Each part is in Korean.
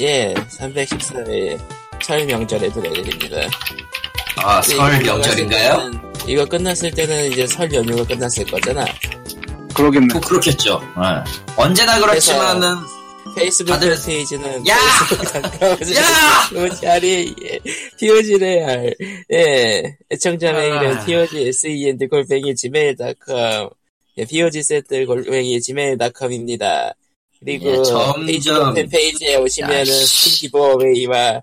예, 314회 설 명절에도 내드립니다. 아, 설 이거 명절인가요? 끝났을 때는- 이거 끝났을 때는 이제 설 연휴가 끝났을 거잖아. 그러겠네. 뭐 그렇겠죠. 예. 언제나 그렇지만은 페이스북 다들- 페이지는 야! 페이스북 야! 아니 TOG래요. 예, 애청자 메일은 아. TOG SEND 골뱅이 gmail.com 예, POG 세트 골뱅이 gmail.com입니다. 그리고 예, 점점- 페이스북 팬페이지에 오시면은 야, 씨. 스킨 기부어웨이와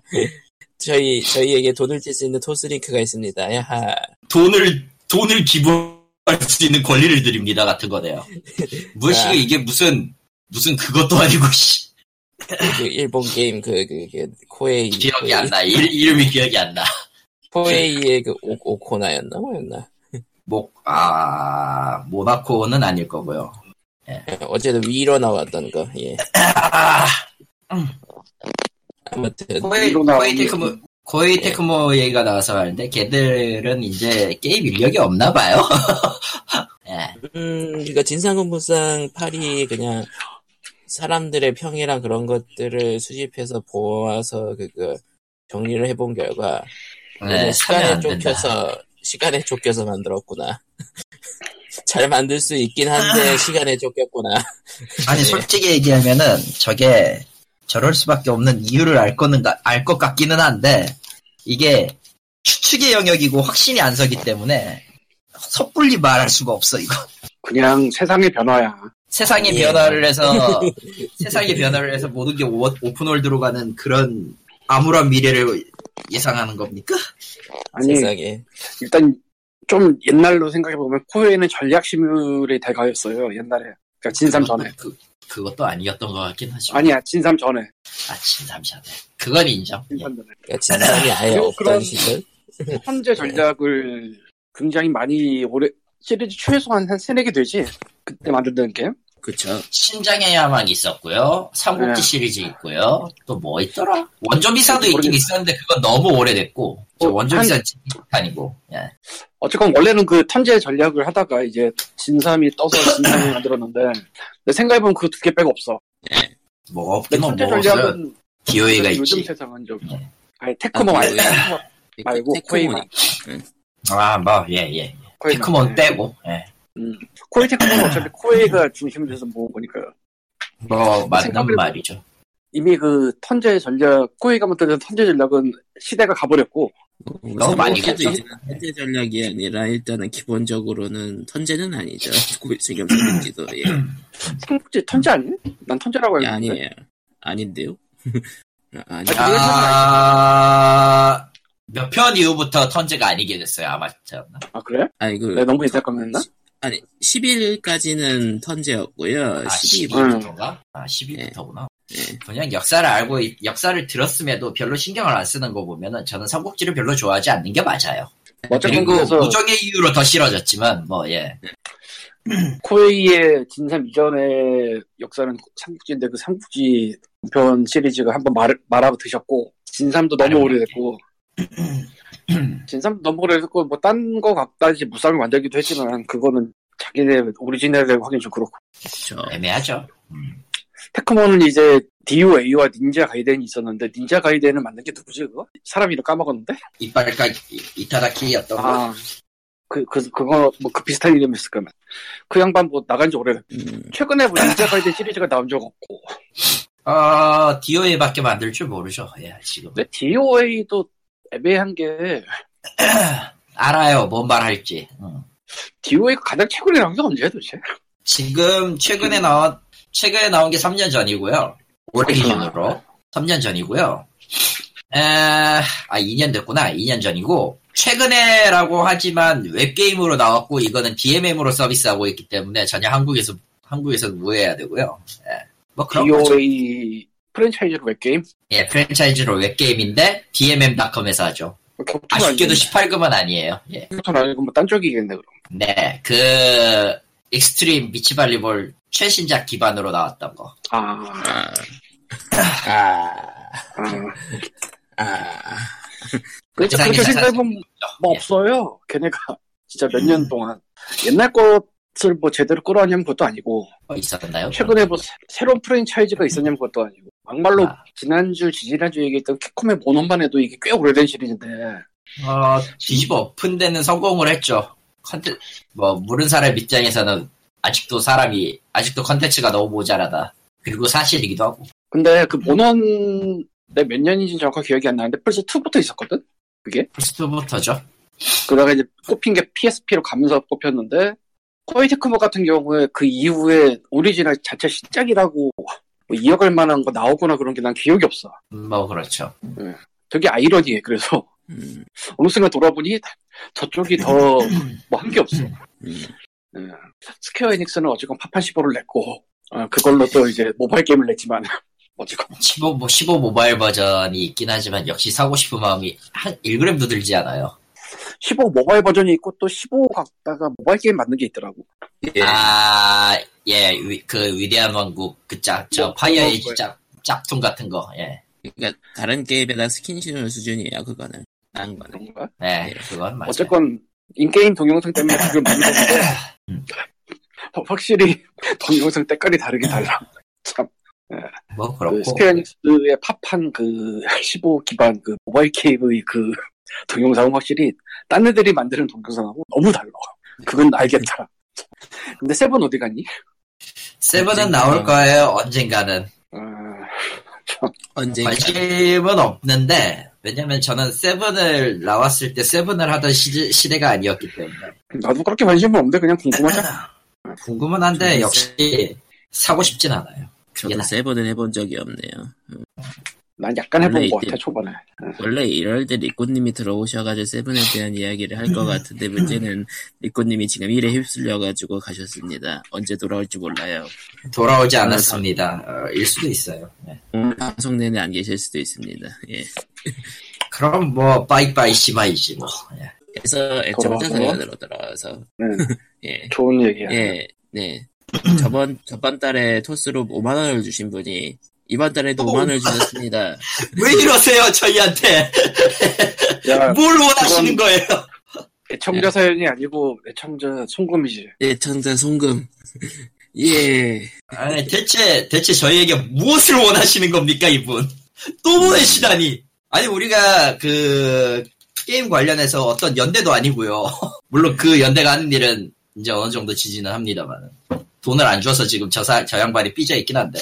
저희 저희에게 돈을 줄 수 있는 토스링크가 있습니다. 야하. 돈을 돈을 기부할 수 있는 권리를 드립니다 같은 거네요. 무엇이 아. 이게 무슨 무슨 그것도 아니고 씨, 그 일본 게임 그, 그, 그 코에이 기억이 안 나. 일, 이름이 기억이 안 나. 코에이의 그 오, 오코나였나 뭐였나 목아 모나코는 아닐 거고요. 예, 어제도 위로 나왔던 거 예. 아, 아무튼 코에이 이로 나오는 코에이 게- 테크모 코에이 테크모 얘기가 나와서 하는데 걔들은 이제 게임 인력이 없나 봐요. 예. 음 그러니까 진상공부상 팔이 그냥 사람들의 평이랑 그런 것들을 수집해서 보아서 그거 정리를 해본 결과 네, 시간에 사면 안 된다. 쫓겨서 시간에 쫓겨서 만들었구나 잘 만들 수 있긴 아. 한데 시간에 쫓겼구나 아니 네. 예. 솔직히 얘기하면은 저게 저럴 수밖에 없는 이유를 알 거는 알 것 같기는 한데 이게 추측의 영역이고 확신이 안 서기 때문에 섣불리 말할 수가 없어 이거 그냥 세상의 변화야. 세상의 예. 변화를 해서 세상의 변화를 해서 모든 게 오- 오픈월드로 가는 그런 암울한 미래를 예상하는 겁니까? 아니 세상에 일단 좀 옛날로 생각해 보면 코웨이는 전략 시뮬의 대가였어요 옛날에. 그러니까 진삼 전에. 그, 그것도 아니었던 것 같긴 하지만 아니야 진삼 전에. 아 진삼샤네 그건 인정 예. 진삼 전에. 그러니까 진상이 아예 그런- 없던 시절 네. 현재 전략을 굉장히 많이 오래 시리즈 최소한 한 세네 개 되지 그때 만들던 게임. 그쵸 신장의 야망이 있었고요. 삼국지 네. 시리즈 있고요. 또 뭐 있더라? 원조비사도 있긴 모르겠- 있었는데 그건 너무 오래됐고 저 어, 원조비사 아니고 예. 어쨌건 원래는 그 턴제 전략을 하다가 이제 진삼이 떠서 진삼을 만들었는데 근데 생각해보면 그 두 개 빼고 없어. 뭐 없긴 근데 턴제 뭐 없어요. 전략은 기호회가 네, 요즘 있지. 세상은 좀 네. 아니 테크모 아, 말고 네. 테크모 말고 코웨이만. 아, 뭐, 예, 예. 코웨이만. 테크몬 빼고, 예. 코웨이 테크모는 어차피 코웨이가 중심이 돼서 모은 거니까요. 뭐, 맞는 생각을- 말이죠. 이미 그 턴제 전략 코웨이가 만들던 턴제 전략은 시대가 가버렸고 너무 많이 삼국지도 갔죠. 이제는 현재 전략이 아니라 일단은 기본적으로는 턴제는 아니죠. 지금 삼국지도 예. 삼국지 턴제 아니? 난 턴제라고 예, 알고 있는데 아니에요. 아닌데요? 아, 아니, 아, 아, 몇 편 이후부터 턴제가 아니게 됐어요. 아마 저였나? 아 그래? 아니 그 내가 너무 옛날 거면 했나? 아니 11일까지는 턴제였고요. 아, 12일 12부터인가? 아, 12부터구나. 예. 그냥 역사를 알고, 있- 역사를 들었음에도 별로 신경을 안 쓰는 거 보면은 저는 삼국지를 별로 좋아하지 않는 게 맞아요. 뭐 어쨌건 그리고 그래서 무적의 이유로 더 싫어졌지만 뭐 예. 코웨이의 진삼 이전의 역사는 삼국지인데 그 삼국지 편 시리즈가 한번 말, 말아드셨고 진삼도 너무 아니요. 오래됐고 진삼도 너무 오래됐고 뭐 딴 거 갖다지 무쌍을 만들기도 했지만 그거는 자기네 오리지널을 확인 좀 그렇고 그쵸. 뭐 애매하죠. 테크몬은 이제 DOA와 닌자 가이덴이 있었는데 닌자 가이덴을 만든 게 누구지 그거? 사람 이름 까먹었는데? 이빨까 이타다키였던 거. 아그 그 그거 뭐 그 비슷한 이름이 있을 거면 그 양반 뭐 나간 지 오래됐고 음, 최근에 뭐 닌자 가이덴 시리즈가 나온 적 없고 아 디오에밖에 만들 줄 모르죠. 예 지금 근데 DOA도 애매한 게 알아요. 뭔 말할지. 음. DOA가 가장 최근에 나온 게 언제야 도대체? 지금 최근에 나온 최근에 나온 게 3년 전이고요. 올해 기준으로 3년 전이고요. 에, 아 2년 됐구나. 2년 전이고 최근에라고 하지만 웹 게임으로 나왔고 이거는 DMM으로 서비스하고 있기 때문에 전혀 한국에서 한국에서 우회해야 되고요. 예. 뭐 그런 거죠. DOA 프랜차이즈로 웹게임? 예, 프랜차이즈로 웹게임인데, DMM.com에서 하죠. 격투가 아쉽게도 아니고 18금은 아니에요. 예. 격투는 아니고 뭐 뭐딴 쪽이겠네 그럼 네, 그, 익스트림 비치발리볼 최신작 기반으로 나왔던 거. 아, 아, 아, 아. 아. 그 그렇게, 세상에 그러니까 그렇게 세상에 생각해보면 뭐 예. 음. 없어요 걔네가 진짜 몇 년 동안 옛날 것을 뭐 제대로 끌어왔냐면 그것도 아니고 뭐 있었나요? 최근에 뭐 새- 새로운 프랜차이즈가 있었냐면 그것도 아니고 막말로 음. 아. 지난주, 지지난주 얘기했던 캡콤의 본원만 해도 이게 꽤 오래된 시리즈인데 어, 뒤집어 엎은 데는 성공을 했죠. 컨텐, 뭐, 모르는 사람 입장에서는 아직도 사람이, 아직도 컨텐츠가 너무 모자라다. 그리고 사실이기도 하고. 근데 음. 그 본원 내 몇 년인지 정확하게 기억이 안 나는데 플스 2부터 있었거든? 플스2부터죠. 그러다가 이제 꼽힌 게 PSP로 가면서 뽑혔는데 코이 테크모 같은 경우에 그 이후에 오리지널 자체 신작이라고 뭐 이어갈 만한 거 나오거나 그런 게 난 기억이 없어. 뭐, 그렇죠. 되게 아이러니해. 그래서 음, 어느 순간 돌아보니 저쪽이 더 뭐 한 게 없어. 음. 예. 스퀘어 에닉스는 어쨌건 파판 15를 냈고 어, 그걸로 또 이제 모바일 게임을 냈지만 어쨌건 15, 뭐, 15 모바일 버전이 있긴 하지만 역시 사고 싶은 마음이 한 1g도 들지 않아요. 15 모바일 버전이 있고 또 15 갖다가 모바일 게임 만든 게 있더라고. 예. 아, 예, 위- 그 위대한 왕국, 그 짝, 저, 뭐, 파이어 그거 에이지 뭐예요? 짝, 짝퉁 같은 거, 예. 그러니까 다른 게임에다 스킨 씌우는 수준이에요. 그거는 난 거는. 그런가? 예, 예. 그건 맞아요. 어쨌건 인게임 동영상 때문에 그걸 만들었는데 음. 어, 확실히 동영상 때깔이 다르게 달라. 참. 뭐, 그 그렇고. 스퀘어닉스의 팝한 그 15 기반 그 모바일 게임의 그 동영상은 확실히 딴 애들이 만드는 동영상하고 너무 달라. 그건 알겠다. 근데 세븐 어디 갔니? 세븐은 나올 음. 거예요, 언젠가는. 어, 언제 관심은 없는데 왜냐면 저는 세븐을 나왔을 때 세븐을 하던 시, 시대가 아니었기 때문에 나도 그렇게 관심은 없는데 그냥 궁금하잖아. 궁금은 한데 음. 저는 역시 사고 싶진 않아요. 저도 나- 세번은 해본 적이 없네요. 난 약간 해본 원래 것 이때- 예. 같아 초반에. 원래 이럴 때 리코님이 들어오셔가지고 세븐에 대한 이야기를 할 것 같은데 문제는 리코님이 지금 일에 휩쓸려가지고 가셨습니다. 언제 돌아올지 몰라요. 음. 돌아오지 않았습니다. 어, 일 수도 있어요. 네. 오늘 음. 방송 내내 안 계실 수도 있습니다. 예. 그럼 뭐 빠이빠이 시마이지 뭐. 예. 그래서 애청자 돌아와서? 사연으로 돌아와서 네, 예. 좋은 얘기야. 예. 네. 저번 저번 달에 토스로 5만 원을 주신 분이 이번 달에도 5만 원을 주셨습니다. 왜 이러세요 저희한테? 야 뭘 원하시는 아, 그건- 거예요? 애청자 사연이 아니고 애청자 송금이지. 애청자 예, 송금. 예. 아니, 대체 대체 저희에게 무엇을 원하시는 겁니까 이분? 또 보내시다니. 아니 우리가 그 게임 관련해서 어떤 연대도 아니고요. 물론 그 연대가 하는 일은 이제 어느 정도 지지는 합니다만 돈을 안 줘서 지금 저, 사, 저 양반이 삐져 있긴 한데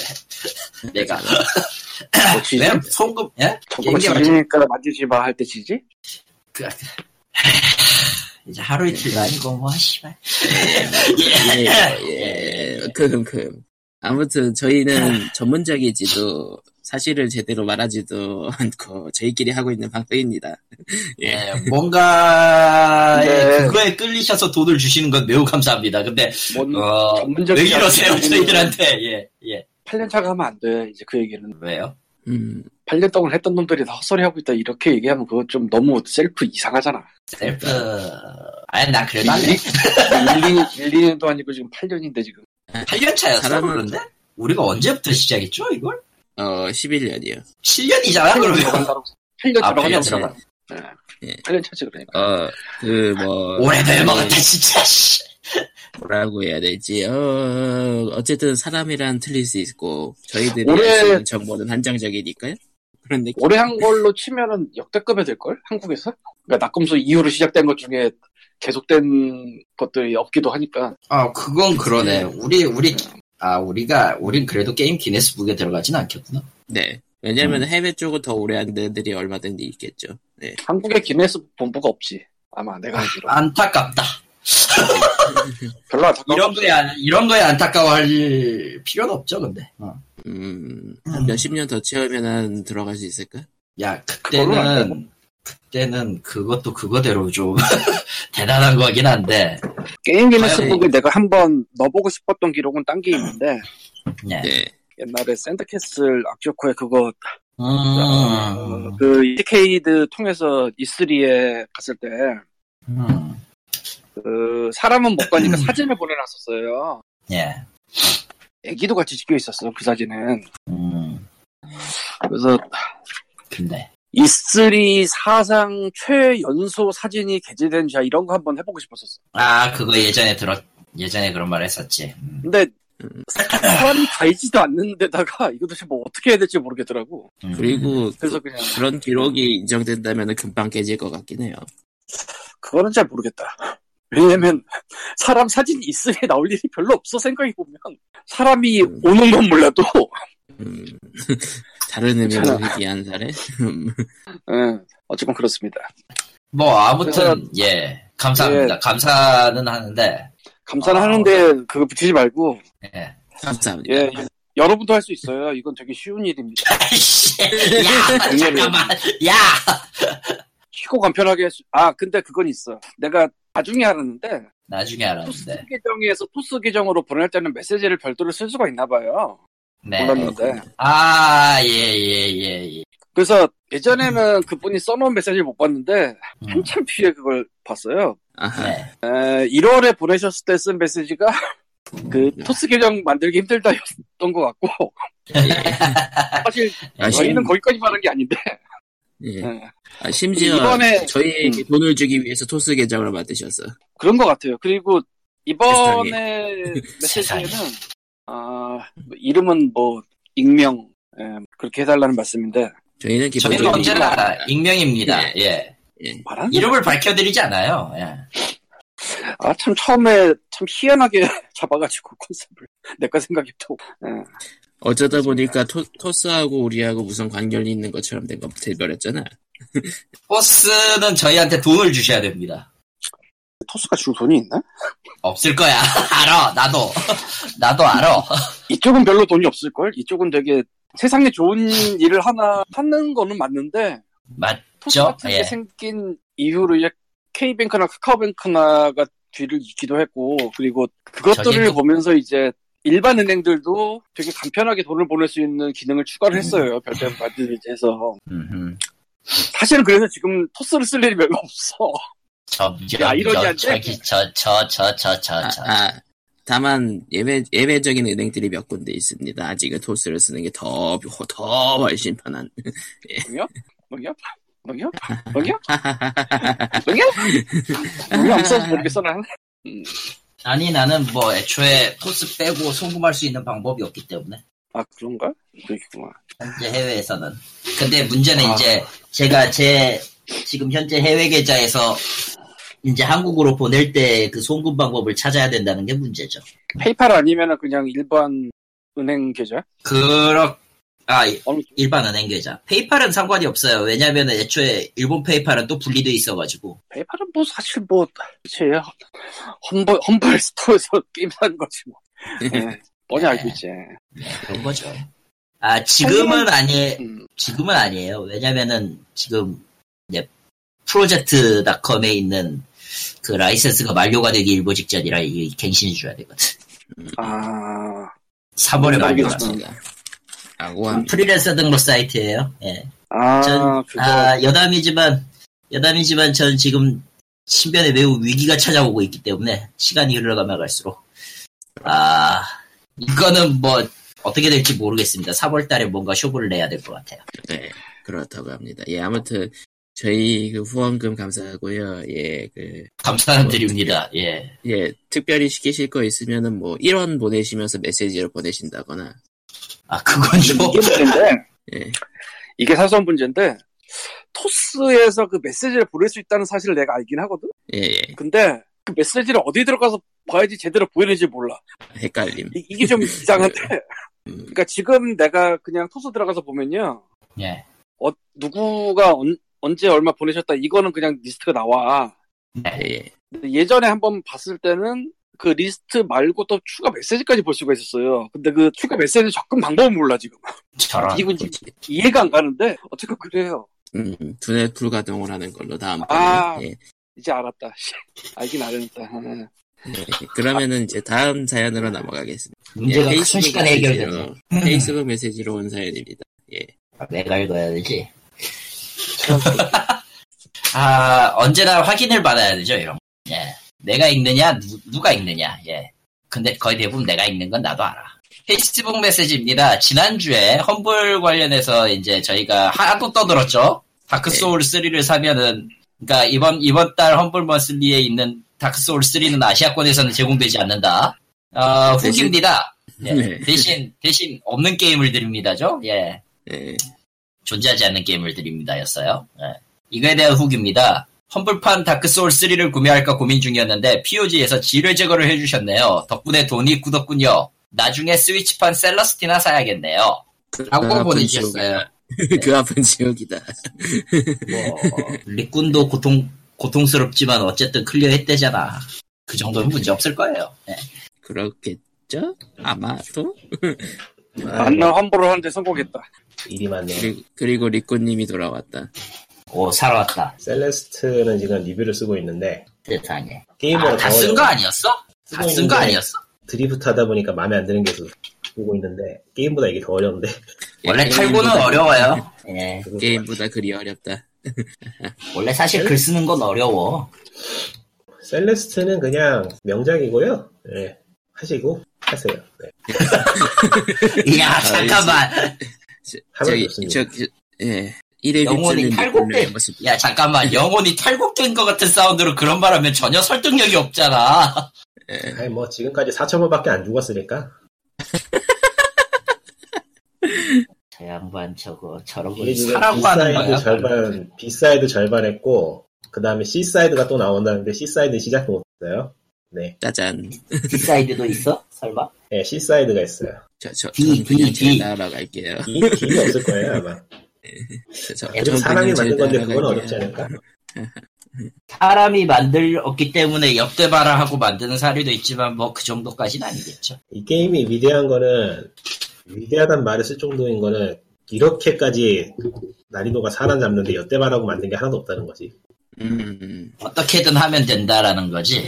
내가 뭐 지지? 왜냐면 송금 예? 저거 얘기가 맞지? 지지니까 만지지 마 할 때 지지? 그, 이제 하루 이틀 아니고 뭐 씨발 예, 예, 예. 금, 금. 아무튼 저희는 전문적이지도 사실을 제대로 말하지도 않고 저희끼리 하고 있는 방송입니다. 예, 뭔가에 네. 그거에 끌리셔서 돈을 주시는 건 매우 감사합니다 근데 뭔 어, 전문적인 왜 이러세요, 자세로 저희들한테. 예, 예. 8년 차가 하면 안 돼. 이제 그 얘기는 왜요? 음, 8년 동안 했던 놈들이 다 헛소리 하고 있다 이렇게 얘기하면 그거 좀 너무 셀프 이상하잖아. 셀프. 아니, 나 그래도 안 해. 1, 2, 년도 아니고 지금 8년인데 지금. 8년 차였어, 사람은- 그런데? 우리가 언제부터 시작했죠, 이걸? 어, 11년이요. 7년이잖아, 8년 그러면. 들어간다고. 8년 아, 들어간다고. 네. 8년 들어간. 예. 8년 차지 그러니까. 어, 그, 뭐. 오래돼 먹었다, 진짜, 씨. 뭐라고 해야 되지? 어, 어쨌든 사람이란 틀릴 수 있고, 저희들이 올해- 알수 있는 정보는 한정적이니까요? 그런 느낌. 올해 한 걸로 치면은 역대급에 될걸? 한국에서? 그러니까 낙검수 이후로 시작된 것 중에 계속된 것들이 없기도 하니까. 아, 그건 그러네. 우리, 우리, 아, 우리가, 우린 그래도 게임 기네스북에 들어가진 않겠구나. 네. 음. 왜냐면 해외 쪽은 더 오래 한 데들이 얼마든지 있겠죠. 네. 한국에 기네스 본부가 없지. 아마 내가 알기로. 안타깝다. 별로 안타까워. 이런 거에, 안- 이런 거에 안타까워할 필요는 없죠, 근데. 어. 음, 한 몇십 년 더 채우면 한 들어갈 수 있을까? 야, 그걸로는 안 그때는, 그때는 그것도 그거대로 좀 대단한 거긴 한데, 게임 기네스북에 내가 한번 넣어보고 싶었던 기록은 딴 게 있는데 네. 네. 옛날에 샌드캐슬 악조코에 그거 음, 그 인디케이드 통해서 E3에 갔을 때 음, 그 사람은 못 가니까 사진을 보내놨었어요. 예. 애기도 같이 찍혀 있었어 그 사진은. 음, 그래서 근데, E3 사상 최연소 사진이 게재된 자 이런 거 한번 해보고 싶었었어. 아, 그거 예전에 들었, 예전에 그런 말 했었지. 음. 근데 사람이 가있지도 않는데다가 이거 도대체 뭐 어떻게 해야 될지 모르겠더라고. 음. 그리고 그래서 그냥 그런 기록이 인정된다면 금방 깨질 것 같긴 해요. 그거는 잘 모르겠다. 왜냐면 사람 사진이 있음에 나올 일이 별로 없어 생각해 보면 사람이 음. 오는 건 몰라도 음, 다른 의미로 괜찮아. 희귀한 사례? 응, 예, 어쨌건 그렇습니다. 뭐 아무튼 예 감사합니다. 예. 감사는 하는데 감사는 아. 하는데 그거 붙이지 말고 예. 감사합니다. 예 여러분도 할 수 있어요. 이건 되게 쉬운 일입니다. 아이씨, 예. 야 잠깐만 야 쉽고 간편하게 할 수... 아 근데 그건 있어. 내가 나중에 알았는데 나중에 토스 알았는데 계정에서 토스 계정으로 보낼 때는 메시지를 별도로 쓸 수가 있나 봐요. 네. 아, 몰랐는데. 예, 네아예예예 예. 그래서 예전에는 그분이 써놓은 메시지를 못 봤는데 음, 한참 뒤에 그걸 봤어요. 아하, 네. 에, 1월에 보내셨을 때 쓴 메시지가 그 토스 계정 만들기 힘들다였던 것 같고 사실 예. 아, 심, 저희는 거기까지만 한 게 아닌데 예. 예. 아, 심지어 이번에- 저희에게 음. 돈을 주기 위해서 토스 계정을 만드셨어. 그런 것 같아요. 그리고 이번에 세상에. 메시지에는 아, 뭐 이름은 뭐 익명 예, 그렇게 해달라는 말씀인데 저희는 저희는 기본적으로 언제나 익명입니다. 예. 말하는 이름을 밝혀드리지 않아요. 예. 아, 참, 처음에 참 희한하게 잡아가지고 컨셉을. 내가 생각해도. 예. 어쩌다 보니까 토, 토스하고 우리하고 무슨 관련이 있는 것처럼 된거 돼버렸잖아. 버스는 저희한테 돈을 주셔야 됩니다. 토스가 줄 돈이 있나? 없을 거야. 알아. 나도. 나도 알아. 이쪽은 별로 돈이 없을걸? 이쪽은 되게 세상에 좋은 일을 하나 하는 거는 맞는데, 토스 맞죠? 같은 게 예. 생긴 이후로 이제 K뱅크나 카카오뱅크나가 뒤를 잇기도 했고, 그리고 그것들을 저기 또- 보면서 이제 일반 은행들도 되게 간편하게 돈을 보낼 수 있는 기능을 음. 추가를 했어요. 별도의 만들기 해서. 음흠. 사실은 그래서 지금 토스를 쓸 일이 별로 없어. 저, 야, 저, 이러지 저, 않지? 기 저, 저, 저, 저, 아, 저, 저. 아, 다만 예외 예외적인 은행들이 몇 군데 있습니다. 아직은 토스를 쓰는 게 더 더 훨씬 편한. 농협? 농협? 농협? 농협? 농협? 농협 없어서 모르겠어 난. 아니, 나는 뭐 애초에 코스 빼고 송금할 수 있는 방법이 없기 때문에. 아 그런가? 그렇구만. 현재 해외에서는. 근데 문제는 아. 이제 제가 제 지금 현재 해외 계좌에서 이제 한국으로 보낼 때 그 송금 방법을 찾아야 된다는 게 문제죠. 페이팔 아니면은 그냥 일반 은행 계좌? 그렇, 아, 어느- 일반 은행 계좌. 페이팔은 상관이 없어요. 왜냐면 애초에 일본 페이팔은 또 분리돼 있어가지고. 페이팔은 뭐 사실 뭐 그치 험벌 험벌 스토어에서 게임 사는 거지 뭐. 예. 네, 뻔히 알고 있지. 네, 그런 거죠. 아, 지금은 아니, 음. 지금은 아니에요. 왜냐면은 지금, 이제, 프로젝트닷컴에 있는 그 라이센스가 만료가 되기 일보 직전이라 이 갱신해 줘야 되거든. 아 3월에 음, 알긴 만료가. 하죠. 그렇습니다. 라고 합니다. 프리랜서 등록 사이트예요 예. 아, 전- 그거 아, 여담이지만, 여담이지만 전 지금 신변에 매우 위기가 찾아오고 있기 때문에 시간이 흘러가면 갈수록. 아, 이거는 뭐, 어떻게 될지 모르겠습니다. 3월 달에 뭔가 쇼부를 내야 될 것 같아요. 네, 그렇다고 합니다. 예, 아무튼 저희 그 후원금 감사하고요. 예, 그, 감사드립니다. 예. 예, 특별히 시키실 거 있으면은 뭐 1원 보내시면서 메시지를 보내신다거나. 아, 그건 근데 좀, 이게 문제인데 예. 이게 사소한 문제인데 토스에서 그 메시지를 보낼 수 있다는 사실을 내가 알긴 하거든. 예, 예, 근데 그 메시지를 어디 들어가서 봐야지 제대로 보이는지 몰라. 헷갈림. 이- 이게 좀 이상한데. 음. 그러니까 지금 내가 그냥 토스 들어가서 보면요. 예. 어, 누구가 언, 언제 얼마 보내셨다 이거는 그냥 리스트가 나와. 네. 예, 예. 근데 예전에 한번 봤을 때는 그 리스트 말고 또 추가 메시지까지 볼 수가 있었어요. 근데 그 추가 메시지 접근 방법은 몰라 지금. 아, 저런. 이건 그렇죠. 지 이해가 안 가는데 어쨌건 그래요. 음, 두뇌 불가동을 하는 걸로 다음번에. 아. 예. 이제 알았다. 씨, 알긴 알았다. 아. 네, 그러면은 이제 다음 사연으로 넘어가겠습니다. 문제가 예, 순식간에 음. 해결되네. 메시지로, 페이스북 메시지로 온 사연입니다. 내가 읽어야 되지. 아, 언제나 확인을 받아야 되죠, 이런. 거. 예. 내가 읽느냐, 누, 가 읽느냐, 예. 근데 거의 대부분 내가 읽는 건 나도 알아. 페이스북 메시지입니다. 지난주에 험블 관련해서 이제 저희가 하도 떠들었죠? 다크소울 3를 사면은, 그니까 이번, 이번 달 험블 머슬리에 있는 다크소울 3는 아시아권에서는 제공되지 않는다. 어, 후기입니다. 예. 네. 대신, 대신 없는 게임을 드립니다죠? 예. 예. 존재하지 않는 게임을 드립니다였어요. 예. 이거에 대한 후기입니다. 험블판 다크소울 3를 구매할까 고민 중이었는데 POG에서 지뢰 제거를 해주셨네요. 덕분에 돈이 굳었군요. 나중에 스위치판 셀러스티나 사야겠네요. 라고 보내주셨어요. 그 아픈 지옥이다. 뭐, 리꾼도 고통, 고통스럽지만 어쨌든 클리어 했대잖아. 그 정도는 문제 없을 거예요. 예. 그렇겠죠? 아마도? 아, 만나 환불을 하는데 성공했다. 일이 많네. 그리고, 그리고 리코님이 돌아왔다. 오, 살아왔다. 셀레스트는 지금 리뷰를 쓰고 있는데 세상에. 게임을 아, 다 쓴 거 아니었어? 다 쓰고 쓴 거 있는데 아니었어? 드리프트 하다 보니까 마음에 안 드는 게 있어서 보고 있는데 게임보다 이게 네. 더 어려운데 원래 예, 탈고는 게임보다- 어려워요. 예. 게임보다 그리 어렵다. 원래 사실 글 쓰는 건 어려워. 셀레스트는 그냥 명작이고요. 예. 하시고 하세요. 네. 이야, 잠깐만. 하면 좋습니다. 저, 저, 예. 1회 영혼이 탈곡된, 야, 잠깐만. 영혼이 탈곡된 것 같은 사운드로 그런 말 하면 전혀 설득력이 없잖아. 아니 뭐 지금까지 4천원밖에 안 죽었으니까 저 양반 저거, 저러고 이게 지금 사라고 하는 B사이드 거야. 절반 B사이드 절반 했고 그 다음에 C사이드가 또 나온다는데 C사이드 시작도 못했어요. 네, 짜잔. 뒷사이드도 있어? 설마? 예, C사이드가 있어요. 저, 저, 디, 저는 그냥 디, 디. 제가 나으러 갈게요. 이 길이 없을 거예요 아마. 저, 저, 그래도 저는 사람이 그냥 제가 만든 건데 나으러 갈게요. 그건 어렵지 않을까? 사람이 만들었기 때문에 역대발을 하고 만드는 사례도 있지만 뭐 그 정도까지는 아니겠죠. 이 게임이 위대한 거는 위대하단 말을 쓸 정도인 거는 이렇게까지 난이도가 사람 잡는데 여대발하고 만든 게 하나도 없다는 거지. 음, 어떻게든 하면 된다라는 거지.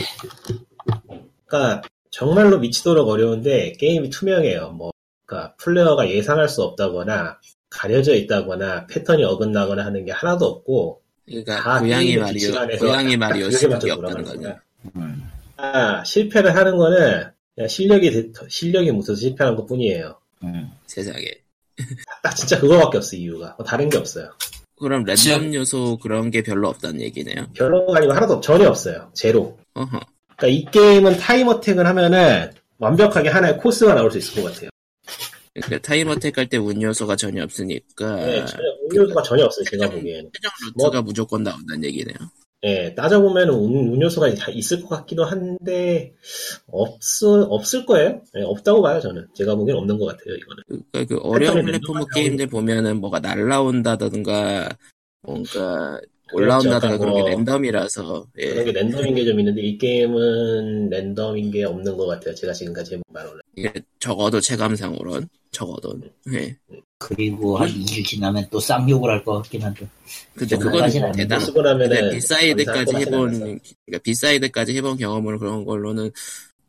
그러니까 정말로 미치도록 어려운데 게임이 투명해요. 뭐 그러니까 플레이어가 예상할 수 없다거나 가려져 있다거나 패턴이 어긋나거나 하는 게 하나도 없고 그러니까 다 고양이 게임의 말이요, 규칙 안에서 고양이 딱 말이요, 네 그게 실력이 맞춰 없다는 거죠. 돌아가는 거야. 음. 아, 실패를 하는 거는 그냥 실력이 되- 실력이 못해서 실패하는 것뿐이에요. 음. 세상에. 딱 진짜 그거밖에 없어 이유가 뭐 다른 게 없어요. 그럼 랜덤 지금- 요소 그런 게 별로 없다는 얘기네요. 별로가 아니고 하나도 없- 전혀 없어요. 제로. 어허. 그러니까 이 게임은 타임 어택을 하면은 완벽하게 하나의 코스가 나올 수 있을 것 같아요. 그러니까 타임 어택 할 때 운 요소가 전혀 없으니까 네, 뭐- 전혀 음료수가 전혀 없어요. 제가 보기에는. 최종 루트가 무조건 나온다는 얘기네요. 예, 따져보면 운, 운요소가 다 있을 것 같기도 한데, 없, 없을 거예요. 예, 없다고 봐요, 저는. 제가 보기엔 없는 것 같아요, 이거는. 그러니까 그 어려운 랜덤 플랫폼 나오는 게임들 보면은 뭐가 날라온다든가 뭔가 올라온다든가 그렇죠. 그런 게 뭐, 랜덤이라서 예. 그런 게 랜덤인 게 좀 있는데, 이 게임은 랜덤인 게 없는 것 같아요. 제가 지금까지 해본 바로는. 예, 적어도 체감상으론 적어도 예. 그리고 한 2주 지나면 또 쌍욕을 할 것 같긴 한데. 근데 그건 그거까지는 아닌데. 대단. 쓰고 근데 나면은. 그러니까 비사이드까지 네, 감사할 네, 것 해본 같진 않아서. 그러니까 비사이드까지 해본 경험으로 그런 걸로는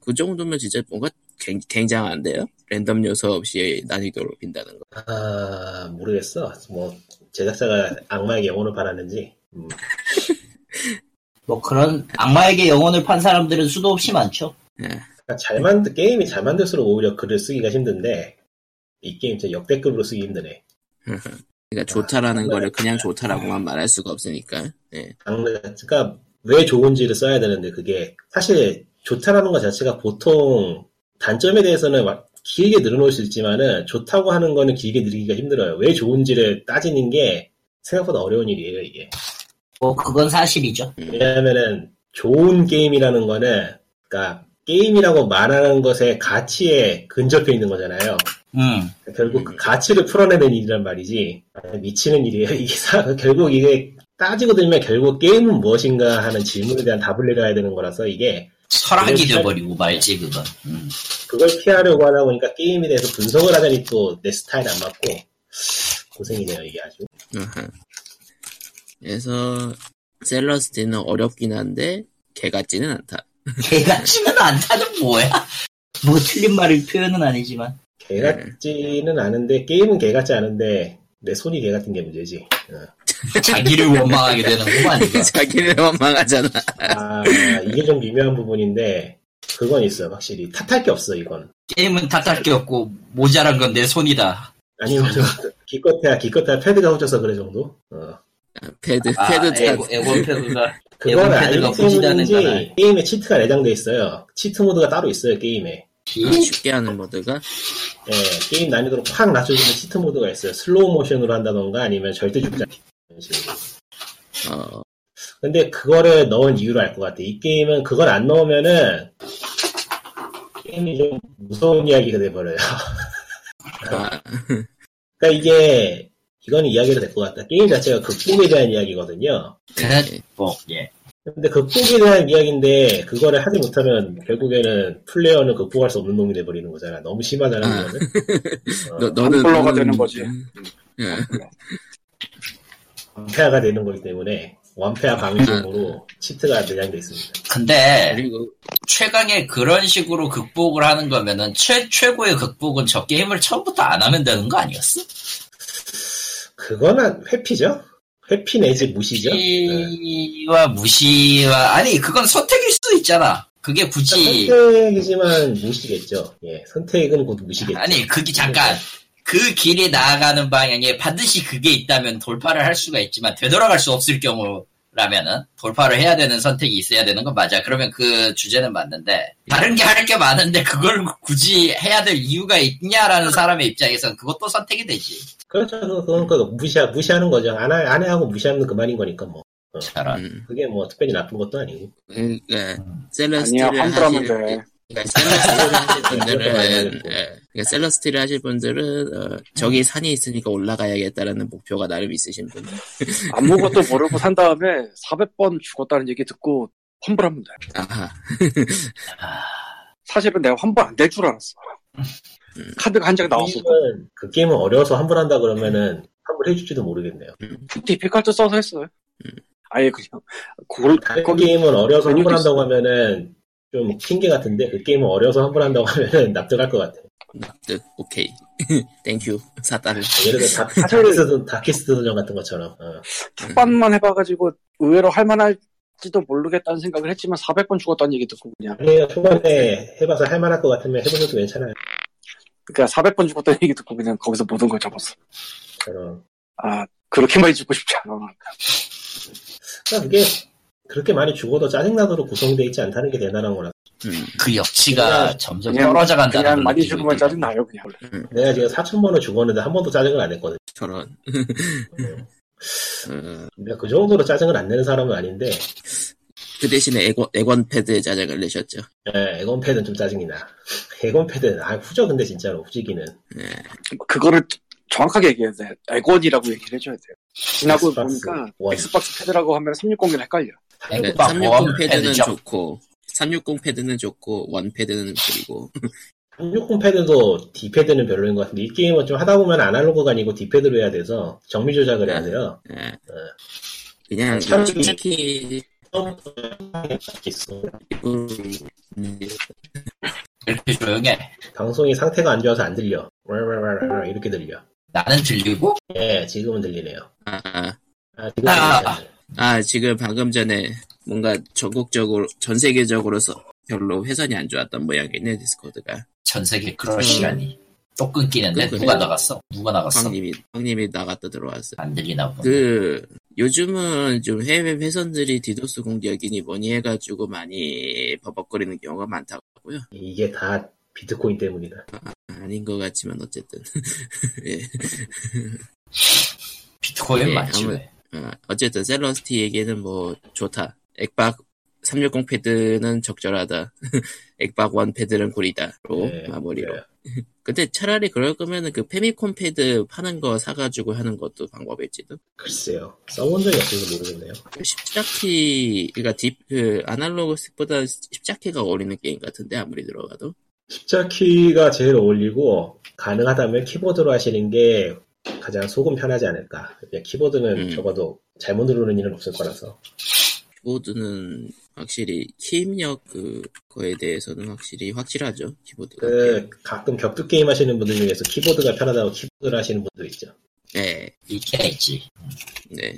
그 정도면 진짜 뭔가 굉- 굉장한데요. 랜덤 요소 없이 난이도로 빈다는 거. 아, 모르겠어. 뭐, 제작자가 악마의 영혼을 바랐는지. 음. 뭐 그런 악마에게 영혼을 판 사람들은 수도 없이 많죠. 그러니까 잘 만든 게임이 잘 만들수록 오히려 글을 쓰기가 힘든데 이 게임 진짜 역대급으로 쓰기 힘드네. 그러니까 좋다라는 거를 그냥 좋다라고만 말할 수가 없으니까. 예. 장르 자체가 왜 좋은지를 써야 되는데 그게 사실 좋다라는 것 자체가 보통 단점에 대해서는 막 길게 늘어놓을 수 있지만은 좋다고 하는 거는 길게 늘리기가 힘들어요. 왜 좋은지를 따지는 게 생각보다 어려운 일이에요 이게. 뭐 그건 사실이죠. 왜냐하면은 좋은 게임이라는 거는 그러니까 게임이라고 말하는 것의 가치에 근접해 있는 거잖아요. 음. 결국 음. 그 가치를 풀어내는 일이란 말이지 아, 미치는 일이에요 이게 사- 결국 이게 따지고 들면 결국 게임은 무엇인가 하는 질문에 대한 답을 내려야 되는 거라서 이게 철학이 그래서- 돼버리고 말지 그건. 음. 그걸 피하려고 하다 보니까 게임에 대해서 분석을 하자니 또 내 스타일 안 맞고 고생이네요 이게 아주 아하. 그래서 셀러스티는 어렵긴 한데 개 같지는 않다. 개같지는 않다는 뭐야? 뭐 틀린 말을 표현은 아니지만 개 같지는 않은데 게임은 개 같지 않은데 내 손이 개 같은 게 문제지 어. 자기를 원망하게 되는구만 이거. 자기를 원망하잖아. 아 이게 좀 미묘한 부분인데 그건 있어요 확실히 탓할 게 없어 이건 게임은 탓할 게 없고 모자란 건 내 손이다. 아니면 기껏해야 기껏해야 패드가 훔쳐서 그래 정도 어. 패드 아, 패드 에고, 에고 패드가 그걸 에어패드가 알기 보지도 않은 때문인지 거라. 게임에 치트가 내장돼 있어요. 치트 모드가 따로 있어요 게임에. 아, 쉽게 하는 모드가 예, 게임 난이도를 확 낮춰주는 시트 모드가 있어요. 슬로우 모션으로 한다던가 아니면 절대 죽지 않게. 하는 식으로. 어, 근데 그거를 넣은 이유로 알 것 같아. 이 게임은 그걸 안 넣으면은 게임이 좀 무서운 이야기가 돼버려요. 아, 그러니까 이게 이거는 이야기가 될 것 같다. 게임 자체가 극복에 대한 이야기거든요. 네. 그, 뭐, 예. 근데 극복에 대한 이야기인데 그거를 하지 못하면 결국에는 플레이어는 극복할 수 없는 놈이 돼버리는 거잖아. 너무 심하잖아. 아. 그거는. 어, 너, 너는 폴로가 너는- 되는 거지. 예. 완패화가 되는 거기 때문에 완패화 방식으로 시트가 내장돼 있습니다. 근데, 그리고 최강의 그런 식으로 극복을 하는 거면은, 최, 최고의 극복은 저 게임을 처음부터 안 하면 되는 거 아니었어? 그거는 회피죠? 회피 내지 무시죠? 네. 무시와 무시와, 아니, 그건 선택일 수도 있잖아. 그게 굳이, 선택이지만 무시겠죠. 예, 선택은 곧 무시겠죠. 아니, 그게 잠깐, 그 길이 나아가는 방향에 반드시 그게 있다면 돌파를 할 수가 있지만, 되돌아갈 수 없을 경우라면은, 돌파를 해야 되는 선택이 있어야 되는 건 맞아. 그러면 그 주제는 맞는데, 다른 게 할 게 많은데, 그걸 굳이 해야 될 이유가 있냐라는 사람의 입장에선 그것도 선택이 되지. 그렇죠. 그건, 그건 그 무시, 무시하는 거죠. 안, 하- 안 해하고 무시하면 그만인 거니까 뭐. 저런. 음, 그게 뭐 특별히 나쁜 것도 아니고. 그러니까 아니야, 셀러스티를 환불하면 하실 돼. 그러니까 네, 셀러스티를 하실 그렇게 말해야 분들은 되고. 예, 그러니까 셀러스티를 하실 분들은 어, 저기 산이 있으니까 올라가야겠다라는 목표가 나름 있으신 분. 아무것도 모르고 산 다음에 400번 죽었다는 얘기 듣고 환불하면 돼. 아하. 사실은 내가 환불 안 될 줄 알았어. 음. 카드가 한 장 나왔어. 게임은, 그 게임은 어려워서 환불한다 그러면은 환불해줄지도 모르겠네요. 푸티 피카드 써서 했어요. 음. 아예 그냥 그걸 다른 거기 게임은 어려워서 메뉴도 환불한다고 하면은 좀 핑계 같은데 그 게임은 어려워서 환불한다고 하면은 납득할 것 같아. 뜻, 오케이. 땡큐. 사다를. 예를 들어 다- 다키스드 다키스드 도전 같은 것처럼. 어. 첫번만 해봐가지고 의외로 할만할지도 모르겠다는 생각을 했지만 400번 죽었다는 얘기 듣고 그냥 아니에요. 초반에 해봐서 할만할 것 같으면 해보셔도 괜찮아요. 그러니까 400번 죽었다는 얘기 듣고 그냥 거기서 모든 걸 접었어. 저는. 아 그렇게 많이 죽고 싶지 않아. 그러니까 그게 그렇게 많이 죽어도 짜증나도록 구성되어 있지 않다는 게 대단한 거라. 음. 그 역치가 그냥- 점점 그냥- 떨어져 아, 간다는 그냥 걸 많이 느끼고 죽으면 있다. 짜증 나요 그냥. 원래. 내가 지금 4천 번을 죽었는데 한 번도 짜증을 안 냈거든. 저런. 어, 내가 그 정도로 짜증을 안 내는 사람은 아닌데 그 대신에 애권, 애권 패드에 짜증을 내셨죠. 예, 에, 에건 패드는 좀 짜증이 나. 에건 패드는 아 후져 근데 진짜로 후지기는 그거를 정확하게 얘기해야 돼. 에곤이라고 얘기를 해줘야 돼요. 지나고 엑스박스 보니까 원. 엑스박스 패드라고 하면 360이랑 헷갈려. 그러니까 그러니까 360 보험 패드는 패드죠. 좋고, 360 패드는 좋고, 원 패드는 그리고, 360 패드도 D 패드는 별로인 것 같은데 이 게임은 좀 하다 보면 아날로그가 아니고 D 패드로 해야 돼서 정밀 조작을 해야 돼요. 예. 그냥, 참- 솔직히, 있어. 음, 이렇게 조용해. 방송이 상태가 안 좋아서 안 들려. 왈왈왈왈 이렇게 들려. 나는 들리고, 예, 지금은 들리네요. 아, 아. 아, 지금 아. 들리네요. 아, 지금 방금 전에 뭔가 전국적으로, 전 세계적으로서 별로 회선이 안 좋았던 모양이네, 디스코드가. 전 세계 음. 그럴 시간이. 또 끊기는데, 그래. 누가 나갔어? 누가 나갔어? 황님이, 황님이 나갔다 들어왔어. 안 들리나 아, 보네. 그 요즘은 좀 해외 회선들이 디도스 공격이니 뭐니 해가지고 많이 버벅거리는 경우가 많다고요. 이게 다 비트코인 때문이다. 아닌 것 같지만 어쨌든 예. 비트코인 예, 맞지? 아무튼. 왜? 어, 어쨌든 셀러스티 얘기는 뭐 좋다. 액박 360 패드는 적절하다. 액박 원 패드는 구리다로 네, 마무리로. 그래요. 근데 차라리 그럴 거면은 그 페미콘 패드 파는 거 사가지고 하는 것도 방법일지도. 그 글쎄요. 써본 적이 없어서 모르겠네요. 십자키 그러니까 딥그 아날로그 스틱보다 십자키가 어울리는 게임 같은데 아무리 들어가도. 십자키가 제일 어울리고 가능하다면 키보드로 하시는 게 가장 소금 편하지 않을까. 그냥 키보드는 음. 적어도 잘못 누르는 일은 없을 거라서. 키보드는 확실히 키 입력 그 거에 대해서는 확실히 확실하죠 키보드가. 그 가끔 격투 게임 하시는 분들 중에서 키보드가 편하다고 키보드를 하시는 분도 있죠. 네, 있긴 있지. 네.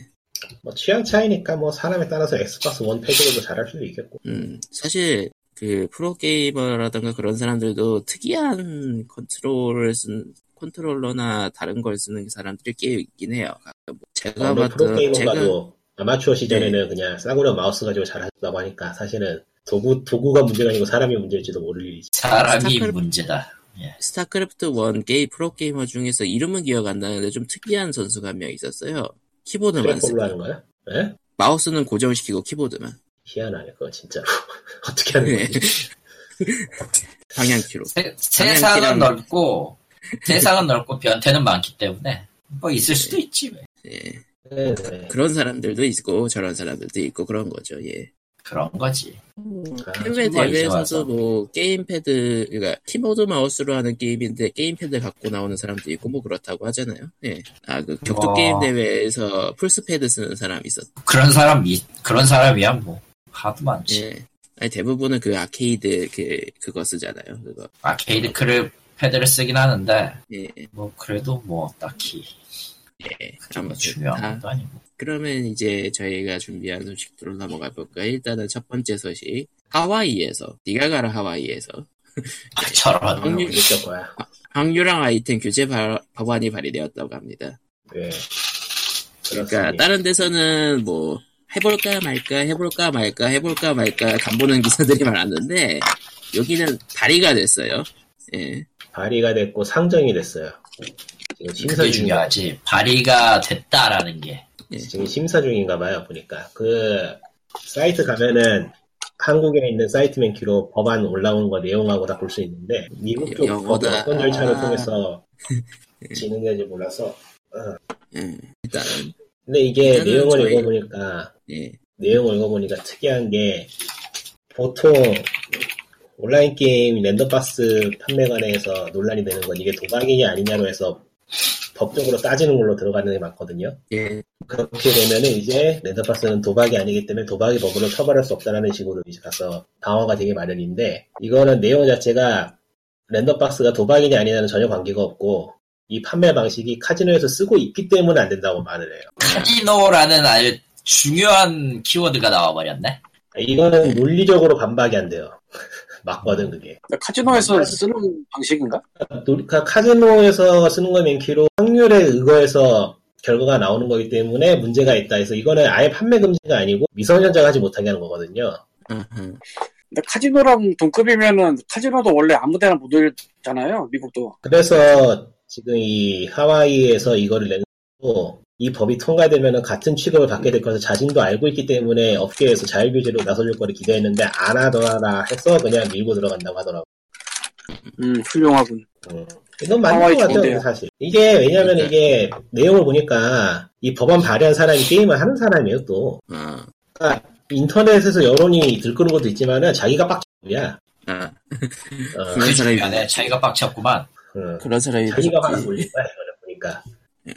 뭐 취향 차이니까 뭐 사람에 따라서 엑스박스 원 패드로도 잘할 수도 있겠고. 음 사실 그 프로 게이머라든가 그런 사람들도 특이한 컨트롤을 쓴 컨트롤러나 다른 걸 쓰는 사람들이 꽤 있긴 해요. 가끔. 제가 물론 봤던 아, 제가 네. 프로게이머가도 아마추어 시절에는 그냥 싸구려 마우스 가지고 잘하다고 하니까 사실은 도구, 도구가 문제가 아니고 사람이 문제일지도 모를 일이지. 사람이 스타크래프트- 문제다. 스타크래프트 1 게이 프로게이머 중에서 이름은 기억 안 나는데 좀 특이한 선수가 한 명 있었어요. 키보드만 쓰고 트래퍼로 하는 거야? 예? 마우스는 고정시키고 키보드만 희한하네, 그거 진짜로. 어떻게 하는 네. 거지? 방향키로 세, 세상은 방향키랑- 넓고 세상은 넓고 변태는 많기 때문에 뭐 있을 네. 수도 있지. 왜. 예. 네, 네. 그런 사람들도 있고 저런 사람들도 있고 그런 거죠. 예. 그런 거지. 아, 해외 정말 대회에서도 이상하다. 뭐 게임패드 그러니까 키보드 마우스로 하는 게임인데 게임패드 갖고 나오는 사람도 있고 뭐 그렇다고 하잖아요. 예. 아 그 격투 와. 게임 대회에서 풀스패드 쓰는 사람 있었. 그런 사람이 그런 사람이야 뭐 하도 많지. 예. 아니 대부분은 그 아케이드 그 그거 쓰잖아요. 그거. 아케이드 크를 패드를 쓰긴 하는데 예. 뭐 그래도 뭐 딱히 예. 좀 아무튼 중요한 다 것도 아니고. 그러면 이제 저희가 준비한 소식들로 넘어가 볼까요? 일단은 첫 번째 소식. 하와이에서, 니가 가라 하와이에서, 아, 저런 확률- 못 느낄 거야. 항유랑 아이템 규제 바- 법안이 발의되었다고 합니다. 예. 그러니까 그렇습니다. 다른 데서는 뭐 해볼까 말까 해볼까 말까 해볼까 말까 간보는 기사들이 많았는데 여기는 발의가 됐어요. 예, 발의가 됐고 상정이 됐어요. 지금 심사 뭐. 그게 중이야. 중요하지. 발의가 됐다라는 게. 지금 심사 중인가 봐요, 보니까. 그, 사이트 가면은, 한국에 있는 사이트맨 키로 법안 올라온 거 내용하고 다 볼 수 있는데, 미국 쪽 법이 영어다. 어떤 절차를 아. 통해서 진행되는지 몰라서. 음, 일단은 근데 이게 일단은 내용을 저희- 읽어보니까, 예, 내용을 읽어보니까 특이한 게, 보통, 온라인 게임 랜덤박스 판매관에서 논란이 되는 건 이게 도박이냐 아니냐로 해서 법적으로 따지는 걸로 들어가는 게 많거든요. 예, 그렇게 되면은 이제 랜덤박스는 도박이 아니기 때문에 도박이 법으로 처벌할 수 없다라는 식으로 이제 가서 방어가 되게 마련인데 이거는 내용 자체가 랜덤박스가 도박이냐 아니냐는 전혀 관계가 없고 이 판매 방식이 카지노에서 쓰고 있기 때문에 안 된다고 말을 해요. 카지노라는 아주 중요한 키워드가 나와버렸네. 이거는 논리적으로 반박이 안 돼요. 맞거든 그게. 근데 음. 카지노에서 쓰는 방식인가? 노- 카- 카지노에서 쓰는 건 맨키로 확률에 의거해서 결과가 나오는 거기 때문에 문제가 있다 해서 이거는 아예 판매 금지가 아니고 미성년자가 하지 못하게 하는 거거든요. 아하, 근데 카지노랑 동급이면은 카지노도 원래 아무데나 못 올잖아요 미국도. 그래서 지금 이 하와이에서 이거를 내고 이 법이 통과되면 같은 취급을 받게 될 것을 자신도 알고 있기 때문에 업계에서 자율규제로 나서줄 거를 기대했는데 안 하더라 해서 그냥 밀고 들어간다고 하더라고. 음 훌륭하군. 이건 맞는 하와이 것 같아요, 좋은데요. 사실. 이게, 왜냐면 그러니까. 이게 내용을 보니까 이 법안 발의한 사람이 게임을 하는 사람이에요, 또. 아, 그러니까 인터넷에서 여론이 들끓는 것도 있지만은 자기가 빡이야. 아, 어, 그런 그 사람이 중간에 자기가 빡쳤구만. 어. 그런 사람이 자기가 화를 있지. 돌릴 거야, 이거를 보니까.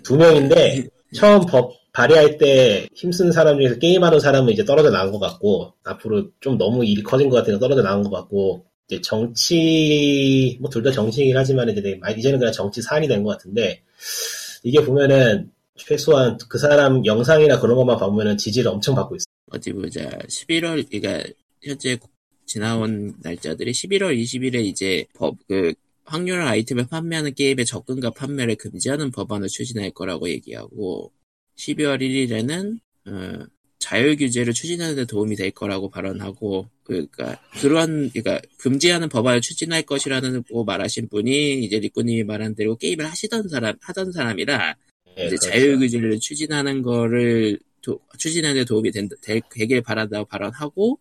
두 명인데, 처음 법 발의할 때 힘쓴 사람 중에서 게임하는 사람은 이제 떨어져 나온 것 같고, 앞으로 좀 너무 일이 커진 것 같아서 떨어져 나온 것 같고, 이제 정치, 뭐 둘 다 정치이긴 하지만 이제 되게 많이- 이제는 그냥 정치 사안이 된 것 같은데, 이게 보면은, 최소한 그 사람 영상이나 그런 것만 보면은 지지를 엄청 받고 있어. 어디 보자. 11월, 그러니까 현재 지나온 날짜들이 11월 20일에 이제 법, 그, 확률 아이템을 판매하는 게임의 접근과 판매를 금지하는 법안을 추진할 거라고 얘기하고, 12월 1일에는, 어, 자율 규제를 추진하는 데 도움이 될 거라고 발언하고, 그러니까, 그러한, 그러니까, 금지하는 법안을 추진할 것이라는 고 말하신 분이, 이제 리코님이 말한 대로 게임을 하시던 사람, 하던 사람이라, 예, 이제 그렇죠. 자율규제를 추진하는 거를 도- 추진하는 데 도움이 된다, 될, 되길 바란다고 발언하고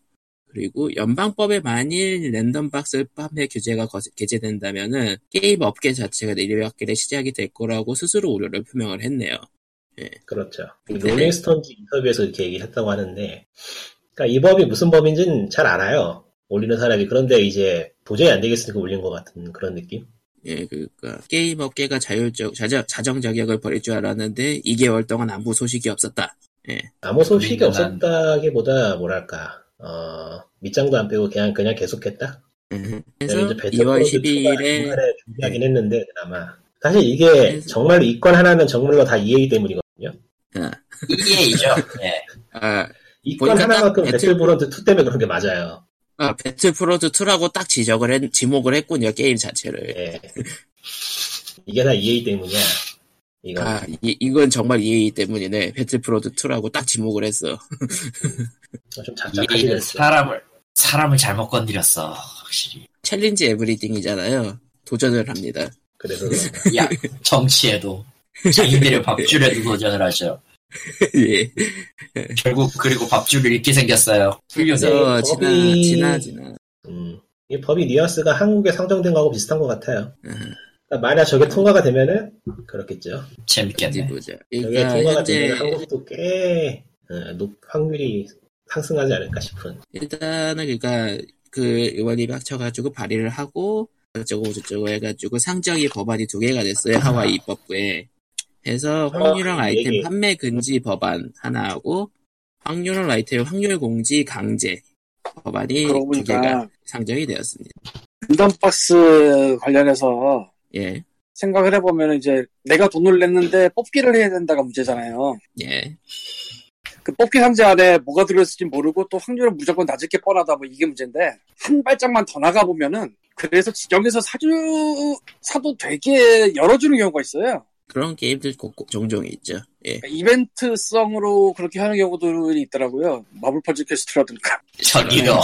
그리고 연방법에 만일 랜덤박스 판매 규제가 거- 개재된다면은 게임 업계 자체가 내리막길의 시작이 될 거라고 스스로 우려를 표명을 했네요. 그렇죠. 근데- 롤링스톤즈 인터뷰에서 이렇게 얘기를 했다고 하는데, 그러니까 이 법이 무슨 법인지는 잘 알아요. 올리는 사람이. 그런데 이제 도저히 안 되겠으니까 올린 것 같은 그런 느낌? 예, 그러니까 게임 업계가 자율적 자정, 자정 자격을 버릴 줄 알았는데 2개월 동안 아무 소식이 없었다. 아무 그 소식이 우리는 난- 없었다기보다 뭐랄까, 어, 밑장도 안 빼고 그냥, 그냥 계속했다? 음, 내가 그래서 네, 이제 배틀 2월 프로젝트 12일에 네. 중간에 준비하긴 했는데, 그나마. 사실 이게 그래서- 정말 이 건 하나는 정말로 다 EA 때문이거든요. EA죠. 예. 아, 이 건 보니까 딱 하나만큼 배틀- 배틀브론드 2 때문에 그런 게 맞아요. 아, 배틀프로즈 2라고 딱 지적을 했, 지목을 했군요 게임 자체를. 예. 이게 다 EA 때문이야. 이거. 아, 이, 이건 정말 EA 때문이네. 배틀프로드 2라고 딱 지목을 했어. 좀 작작하게 EA는 됐어. 사람을, 사람을 잘못 건드렸어 확실히 챌린지 에브리띵이잖아요. 도전을 합니다. 그래서 그런가. 야 정치에도 자기들의 밥줄에도 도전을 하죠 예. 결국 그리고 밥줄을 잃게 생겼어요 훌륭해 그래서 지나 거기- 지나 지나. 음. 이 법이 뉘앙스가 한국에 상정된 거하고 비슷한 것 같아요. 음. 그러니까 만약 저게 통과가 되면은 그렇겠죠. 어디 재밌겠네 보자. 저게 그러니까 통과가 현재 되면 한국도 꽤 어, 높, 확률이 상승하지 않을까 싶은. 일단은 그러니까 그 의원이 합쳐가지고 발의를 하고 저쩌고 저쩌고 해가지고 상정이 법안이 두 개가 됐어요 하와이 입법부에. 해서 확률형 어, 아이템 얘기. 판매 금지 법안 하나하고 확률형 아이템 확률 공지 강제 법안이 그러고 두 개가 보니까 상정이 되었습니다. 랜덤박스 관련해서 예, 생각을 해보면 이제 내가 돈을 냈는데 뽑기를 해야 된다가 문제잖아요. 예, 그 뽑기 상자 안에 뭐가 들어있을지 모르고 또 확률은 무조건 낮을 게 뻔하다 뭐 이게 문제인데 한 발짝만 더 나가 보면은 그래서 지정해서 사주 사도 되게 열어주는 경우가 있어요. 그런 게임들 고- 고- 종종 있죠. 예, 그러니까 이벤트성으로 그렇게 하는 경우들이 있더라고요. 마블 퍼즐 퀘스트라든가. 저기요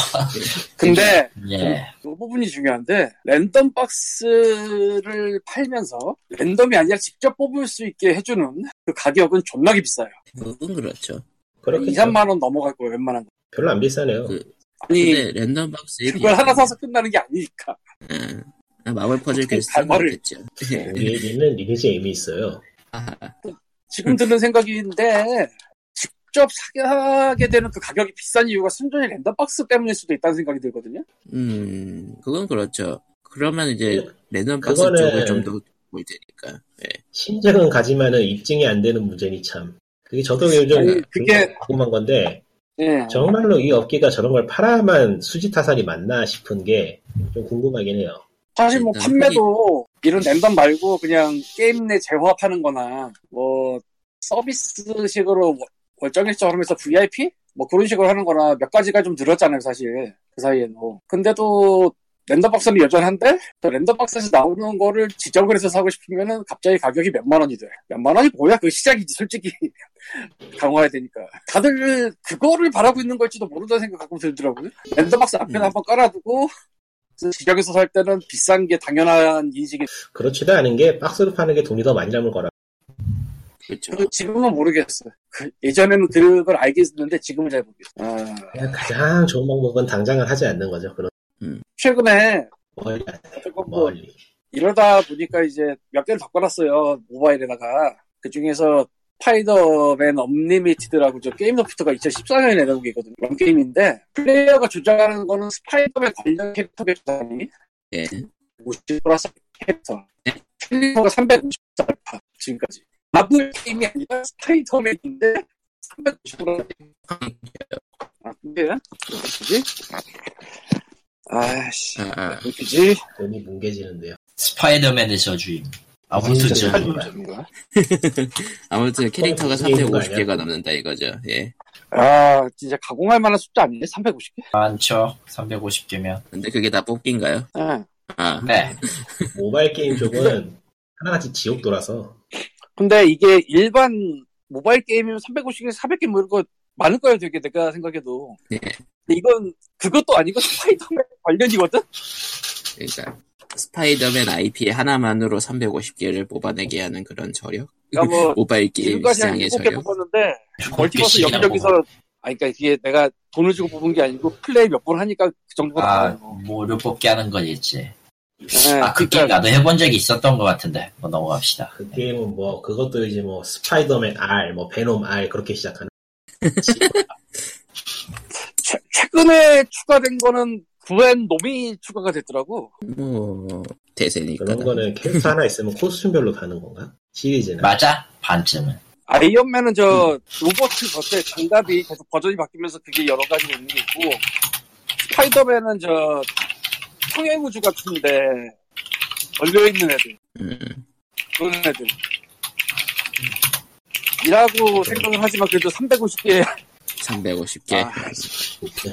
근데 예 그 부분이 중요한데 랜덤 박스를 팔면서 랜덤이 아니라 직접 뽑을 수 있게 해주는 그 가격은 존나게 비싸요. 그건 그렇죠. 그렇게 2, 3만 원 넘어갈 거예요. 웬만한 거. 별로 안 비싸네요. 그- 아니 근데 랜덤 박스 아, 그걸 하나 사서 끝나는 게 아니니까. 마블 퍼즐 어떻게 퀘스트 발발을- 그렇겠죠. 우리 얘기는 리니지 에임이 있어요. 아, 지금 드는 생각인데 직접 사게 되는 그 가격이 비싼 이유가 순전히 랜덤 박스 때문일 수도 있다는 생각이 들거든요. 음, 그건 그렇죠. 그러면 이제 랜덤 박스 그거는- 쪽을 좀 더 볼 테니까. 예. 심증은 가지만은 입증이 안 되는 문제니 참. 그게 저도 요즘 아니, 그게- 궁금한 건데 예. 정말로 이 업계가 저런 걸 팔아야만 수지 타산이 맞나 싶은 게 좀 궁금하긴 해요. 사실 뭐 일단 판매도 이런 랜덤 말고 그냥 게임 내 재화합하는 거나 뭐 서비스식으로 월- 월정 일정을 하면서 VIP? 뭐 그런 식으로 하는 거나 몇 가지가 좀 늘었잖아요 사실 그 사이에도 근데도 랜덤박스는 여전한데 또 랜덤박스에서 나오는 거를 지정을 해서 사고 싶으면은 갑자기 가격이 몇만 원이 돼 몇만 원이 뭐야 그 시작이지 솔직히 강화해야 되니까 다들 그거를 바라고 있는 걸지도 모른다는 생각 가끔 들더라고요 랜덤박스 앞에 음. 한번 깔아두고 그래서 지역에서 살 때는 비싼 게 당연한 인식이 그렇지도 않은 게 박스로 파는 게 돈이 더 많이 남을 거라. 그렇죠. 저도 지금은 모르겠어요. 그 예전에는 그걸 알겠는데 지금은 잘 모르겠어요. 아, 그냥 가장 좋은 방법은 당장은 하지 않는 거죠. 그런 최근에 멀리 안 해요. 조금 뭐 멀리. 이러다 보니까 이제 몇 개를 바꿔놨어요 모바일에다가 그 중에서 파이더맨 엄리미티드라고 저 게임 소프트가 2014년에 내놓은 게 있거든요. 그런 게임인데 플레이어가 조작하는 거는 스파이더맨 관련 캐릭터의 조작이 예. 50플러스 캐릭터 캐릭터가 350달러 지금까지 마블 게임이 아니라 스파이더맨인데 350달러 아, 근데 뭐지? 아씨, 아, 아. 뭐지? 돈이 뭉개지는데요. 스파이더맨의 저주임 아무튼 진짜 저주 스파이더맨. 아무튼 캐릭터가 그건 게임인 거 350개가 넘는다 이거죠. 예. 아, 진짜 가공할 만한 숫자 아니네? 350개? 많죠 350개면 근데 그게 다 뽑기인가요? 예. 아, 네 모바일 게임 쪽은 하나같이 지옥 돌아서 근데 이게 일반 모바일 게임이면 350개, 400개 뭐 이런 거 많을 거예요, 되게 내가 생각해도. 예. 근데 이건 그것도 아니고 스파이더맨 관련이거든? 그러니까 스파이더맨 IP 하나만으로 350개를 뽑아내게 하는 그런 저력? 그러니까 뭐 모바일 게임 지금까지 한 시장의 7개 저력? 뽑았는데 멀티버스 7개씩이나 여기저기서 아, 그러니까 이게 내가 돈을 주고 뽑은 게 아니고 플레이 몇 번 하니까 그 정도가 아, 나와요. 뭐를 뽑게 하는 거겠지. 예, 아, 그 게임 나도 해본 적이 있었던 것 같은데. 뭐 넘어갑시다. 그 게임은 뭐 그것도 이제 뭐 스파이더맨 R, 뭐 베놈 R 그렇게 시작하는. 최, 최근에 추가된 거는 구엔 놈이 추가가 됐더라고. 뭐 대세니까. 그런 거는 캐릭터 하나 있으면 코스튬별로 가는 건가? 시리즈는. 맞아? 반쯤은. 아이언맨은 음. 저 로버트 겉에 장갑이 계속 버전이 바뀌면서 그게 여러 가지로 있는 게 있고 스파이더맨은 저 평행 우주 같은데 걸려 있는 애들 음, 그런 애들. 이라고 생각을 하지만 그래도 350개 350개. 아,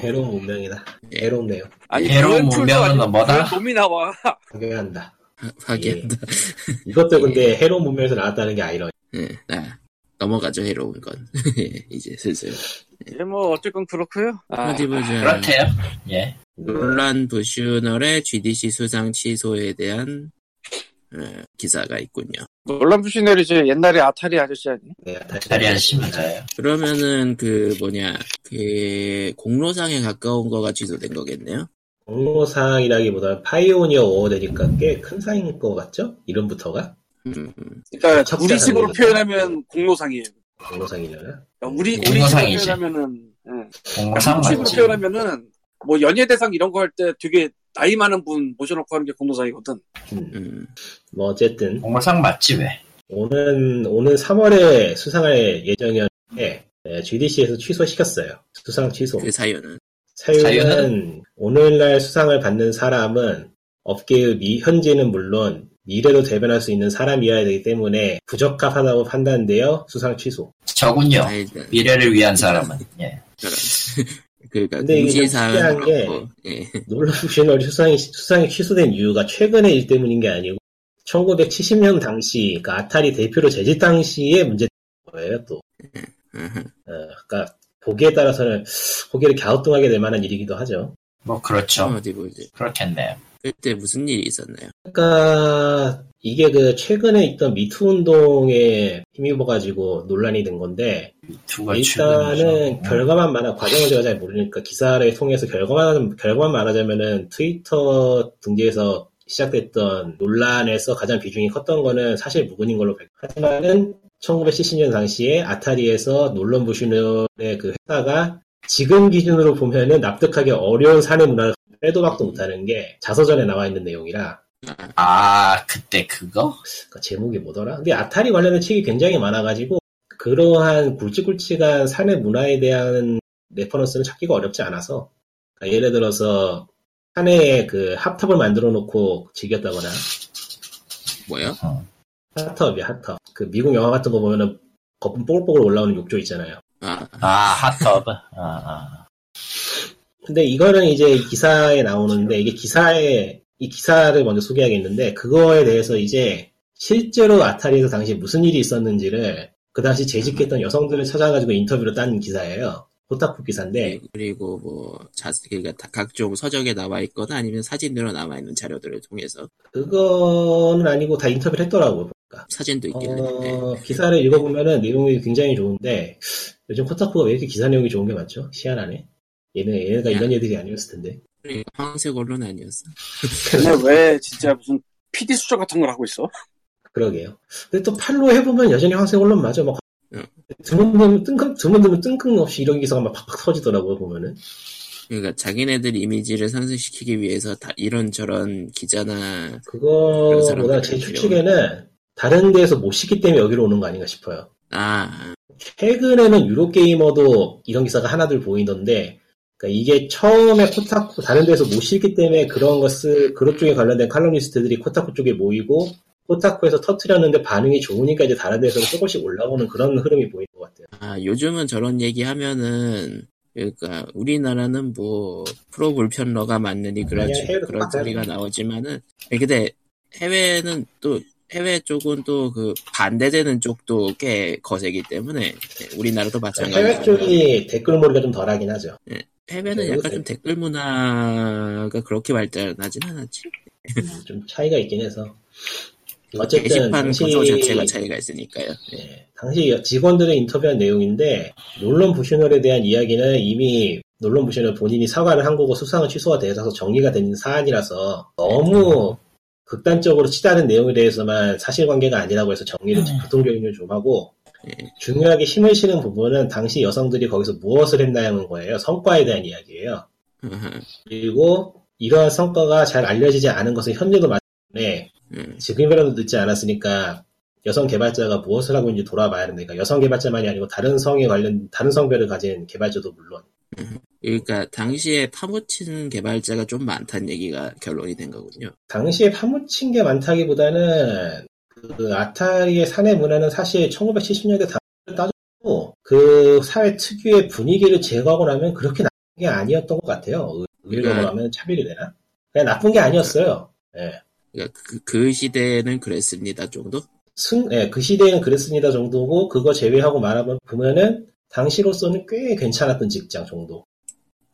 해로운 문명이다. 예. 해롭네요. 아니 괴로운 구엔 툴도 문명은 아니고 뭐다? 구엔 놈이 나와 파괴한다. 파괴한다. 예. 이것도 근데 해로운 문명에서 나왔다는 게 아이러니. 예. 아. 넘어가죠 해로운 건 이제 슬슬 예, 뭐 어쨌건 그렇고요. 아, 어디 보자 그렇대요. 예. 논란 부슈널의 GDC 수상 취소에 대한 어, 기사가 있군요. 놀란 부시넬이 제 옛날에 아타리 아저씨 아니? 네, 다시 자리 하시면 돼요. 그러면은 그 뭐냐 그 공로상에 가까운 거가 취소된 거겠네요. 공로상이라기보다는 파이오니어 어워드니까 꽤 큰 상인 것 같죠? 이름부터가? 음, 첫 그러니까 우리 시간은 식으로 모르겠다. 표현하면 공로상이에요. 공로상이잖아. 그러니까 우리 우리 식으로 공로상이지. 표현하면은 예. 아, 공상 식으로 맞지. 표현하면은 뭐 연예 대상 이런 거 할 때 되게 나이 많은 분 모셔놓고 하는 게 공로상이거든. 음. 뭐 어쨌든 공상 맞지 왜? 오는 오는 3월에 수상할 예정이었는데 네, GDC에서 취소시켰어요. 수상 취소. 그 사유는 사유는, 사유는? 오늘날 수상을 받는 사람은 업계의 미, 현재는 물론 미래도 대변할 수 있는 사람이어야 되기 때문에 부적합하다고 판단되어 수상 취소. 저군요. 사유는 미래를 위한 사람은. 예. 그런. 그러니까 근데 이게 좀 공지 사항 특이한 게- 그렇고 예. 놀라우시널 수상이 수상이 취소된 이유가 최근의 일 때문인 게 아니고 1970년 당시 그 아타리 대표로 재직 당시의 문제 거예요 또. 아하. 어, 그러니까 보기에 따라서는 고개를 갸우뚱하게 될 만한 일이기도 하죠. 뭐 그렇죠. 어디 보지 그렇겠네요. 그때 무슨 일이 있었나요? 그러니까 이게 그 최근에 있던 미투 운동에 힘입어 가지고 논란이 된 건데 두가 일단은 네. 결과만 말하 과정을 제가 잘 모르니까 기사를 통해서 결과만 결과만 말하자면은 트위터 등지에서 시작됐던 논란에서 가장 비중이 컸던 거는 사실 무근인 걸로 밝. 하지만은 1970년 당시에 아타리에서 놀런 부시널의 그 회사가 지금 기준으로 보면은 납득하기 어려운 사내 문화를 빼도 박도 못하는 게 자서전에 나와 있는 내용이라 아 그때 그거? 그 제목이 뭐더라? 근데 아타리 관련된 책이 굉장히 많아가지고 그러한 굵직굵직한 산의 문화에 대한 레퍼런스는 찾기가 어렵지 않아서 그러니까 예를 들어서 산에 그 합탑을 만들어 놓고 즐겼다거나 뭐요? 핫탑이 핫탑 그 미국 영화 같은 거 보면은 거품 뽀글뽀글 올라오는 욕조 있잖아요. 아, 아 핫터브. 아, 아. 근데 이거는 이제 기사에 나오는데 이게 기사에 이 기사를 먼저 소개하겠는데 그거에 대해서 이제 실제로 아타리에서 당시 무슨 일이 있었는지를 그 당시 재직했던 여성들을 찾아가지고 인터뷰로 딴 기사예요. 호타쿠 네. 기사인데 그리고 뭐 자세 그러니까 다- 각종 서적에 나와 있거나 아니면 사진으로 남아 있는 자료들을 통해서 그거는 아니고 다 인터뷰를 했더라고요. 보니까. 사진도 있길래 어, 네. 기사를 읽어보면은 내용이 굉장히 좋은데 요즘 코타쿠가 왜 이렇게 기사 내용이 좋은 게 많죠? 희한하네. 얘네, 얘네가 이런 애들이 아니었을 텐데. 그러니까 황색 언론 아니었어. 근데 왜 진짜 무슨 PD 수첩 같은 걸 하고 있어? 그러게요. 근데 또 팔로 해보면 여전히 황색 언론 맞아. 막 응. 드문드문 뜬금 드문드문 뜬금없이 이런 기사가 막 팍팍 터지더라고요 보면은. 그러니까 자기네들 이미지를 상승시키기 위해서 다 이런 저런 기자나 그런 그거보다 사람들이 제 필요하네. 추측에는 다른 데에서 못 시기 때문에 여기로 오는 거 아닌가 싶어요. 아 최근에는 유로 게이머도 이런 기사가 하나둘 보이던데. 그러니까 이게 처음에 코타쿠 다른 데서 못 시기 때문에 그런 것을 그런 쪽에 관련된 칼럼니스트들이 코타쿠 쪽에 모이고 코타쿠에서 터트렸는데 반응이 좋으니까 이제 다른 데서 조금씩 올라오는 그런 흐름이 보이는 것 같아요. 아, 요즘은 저런 얘기 하면은, 그러니까, 우리나라는 뭐, 프로 불편러가 맞느니 그런, 음, 아니야, 지- 해외로 그런 바꿔야 소리가 돼. 나오지만은, 아니, 근데 해외는 또, 해외 쪽은 또 그 반대되는 쪽도 꽤 거세기 때문에, 네, 우리나라도 마찬가지로. 해외 쪽이 댓글몰이가 좀 덜하긴 하죠. 해외는 네, 약간 요새- 좀 댓글 문화가 그렇게 발달하진 않았지. 좀 차이가 있긴 해서. 어쨌든 게시판 당시 구조 자체가 차이가 있으니까요. 네. 예, 당시 직원들의 인터뷰한 내용인데 놀론 부시널에 대한 이야기는 이미 놀론 부시널 본인이 사과를 한 거고 수상은 취소가 되어서 정리가 된 사안이라서 너무 극단적으로 치닫은 내용에 대해서만 사실관계가 아니라고 해서 정리를 부통적인을 좀 하고 네. 중요하게 힘을 실은 부분은 당시 여성들이 거기서 무엇을 했나 하는 거예요. 성과에 대한 이야기예요. 아하, 그리고 이러한 성과가 잘 알려지지 않은 것은 현재도 마찬가지인데 음, 지금이라도 늦지 않았으니까 여성 개발자가 무엇을 하고 있는지 돌아봐야 됩니다. 그러니까 여성 개발자만이 아니고 다른 성에 관련 다른 성별을 가진 개발자도 물론 그러니까 당시에 파묻히는 개발자가 좀 많다는 얘기가 결론이 된 거군요. 당시에 파묻힌 게 많다기보다는 그 아타리의 사내 문화는 사실 1970년대 당시를 따져도 그 사회 특유의 분위기를 제거하고 나면 그렇게 나쁜 게 아니었던 것 같아요. 의- 의외로 그러니까- 하면 차별이 되나? 그냥 나쁜 게 아니었어요. 예. 그러니까 그, 그 시대는 그랬습니다 정도? 승, 예, 그 시대엔 그랬습니다 정도고 그거 제외하고 말하면 보면은 당시로서는 꽤 괜찮았던 직장 정도.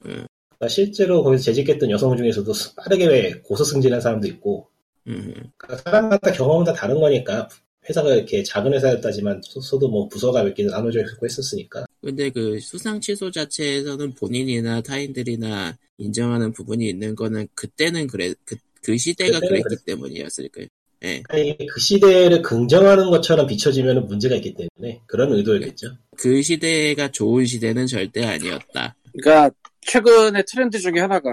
음. 그러니까 실제로 거기서 재직했던 여성 중에서도 빠르게 고소 승진한 사람도 있고 음, 그러니까 사람마다 경험은 다 다른 거니까 회사가 이렇게 작은 회사였다지만 소도 뭐 부서가 몇 개 나눠져 있고 했었으니까 근데 그 수상 취소 자체에서는 본인이나 타인들이나 인정하는 부분이 있는 거는 그때는 그래 그, 그 시대가 그때는 그랬기 그랬- 때문이었을 거예요. 아니, 그 시대를 긍정하는 것처럼 비춰지면 문제가 있기 때문에 그런 의도였겠죠. 그 시대가 좋은 시대는 절대 아니었다. 그러니까 최근의 트렌드 중에 하나가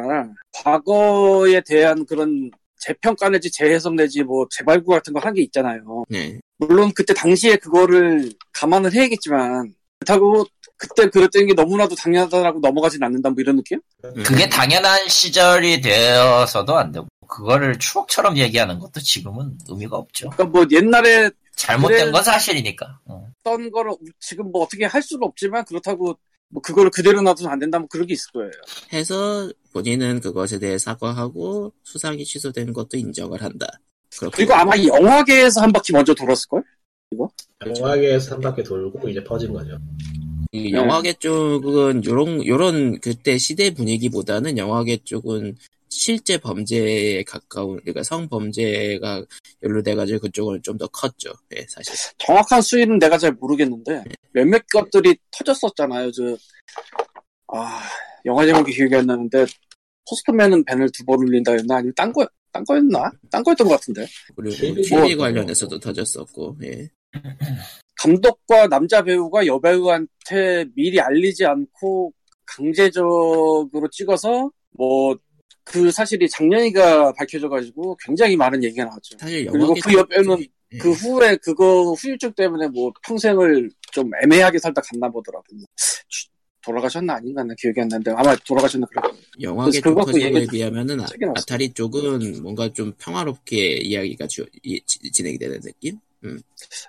과거에 대한 그런 재평가 내지 재해석 내지 뭐 재발굴 같은 거 한 게 있잖아요. 네, 물론 그때 당시에 그거를 감안을 해야겠지만 그렇다고 그때 그랬던 게 너무나도 당연하다라고 넘어가진 않는다 뭐 이런 느낌? 음. 그게 당연한 시절이 되어서도 안 되고 그거를 추억처럼 얘기하는 것도 지금은 의미가 없죠. 그러니까 뭐 옛날에 잘못된 그래. 건 사실이니까. 어. 했던 거를 지금 뭐 어떻게 할 수는 없지만 그렇다고 뭐 그거를 그대로 놔두면 안 된다 뭐 그런 게 있을 거예요. 해서 본인은 그것에 대해 사과하고 수상이 취소된 것도 인정을 한다. 그렇게 그리고 아마 영화계에서 한 바퀴 먼저 돌았을 걸? 그렇죠. 영화계에서 한 바퀴 돌고 이제 퍼진 거죠. 네. 이 영화계 쪽은 요런 요런 그때 시대 분위기보다는 영화계 쪽은 실제 범죄에 가까운 그러니까 성범죄가 연루돼가지고 그쪽은 좀 더 컸죠. 예, 사실. 정확한 수위는 내가 잘 모르겠는데 몇몇 것들이 터졌었잖아요. 저 아, 영화 제목이 기억이 안 나는데 포스트맨은 벤을 두 번 울린다 했나 아니면 딴 거, 딴 거였나? 딴 거였던 것 같은데 그리고 TV 퀴리 뭐- 관련해서도 터졌었고, 예. 감독과 남자 배우가 여배우한테 미리 알리지 않고 강제적으로 찍어서 뭐 그 사실이 작년이가 밝혀져가지고 굉장히 많은 얘기가 나왔죠. 사실 영화계 그리고 그 옆에는 쪽이- 예. 그 후에 그거 후유증 때문에 뭐 평생을 좀 애매하게 살다 갔나 보더라고요. 주- 돌아가셨나 아닌가 나 기억이 안 나는데 아마 돌아가셨나 그럴 거예요. 영화계 그래서 그거 갖고 쪽에 얘기를 비하면은 아, 책이 나왔어요. 타리 쪽은 뭔가 좀 평화롭게 이야기가 주, 이- 지- 진행이 되는 느낌?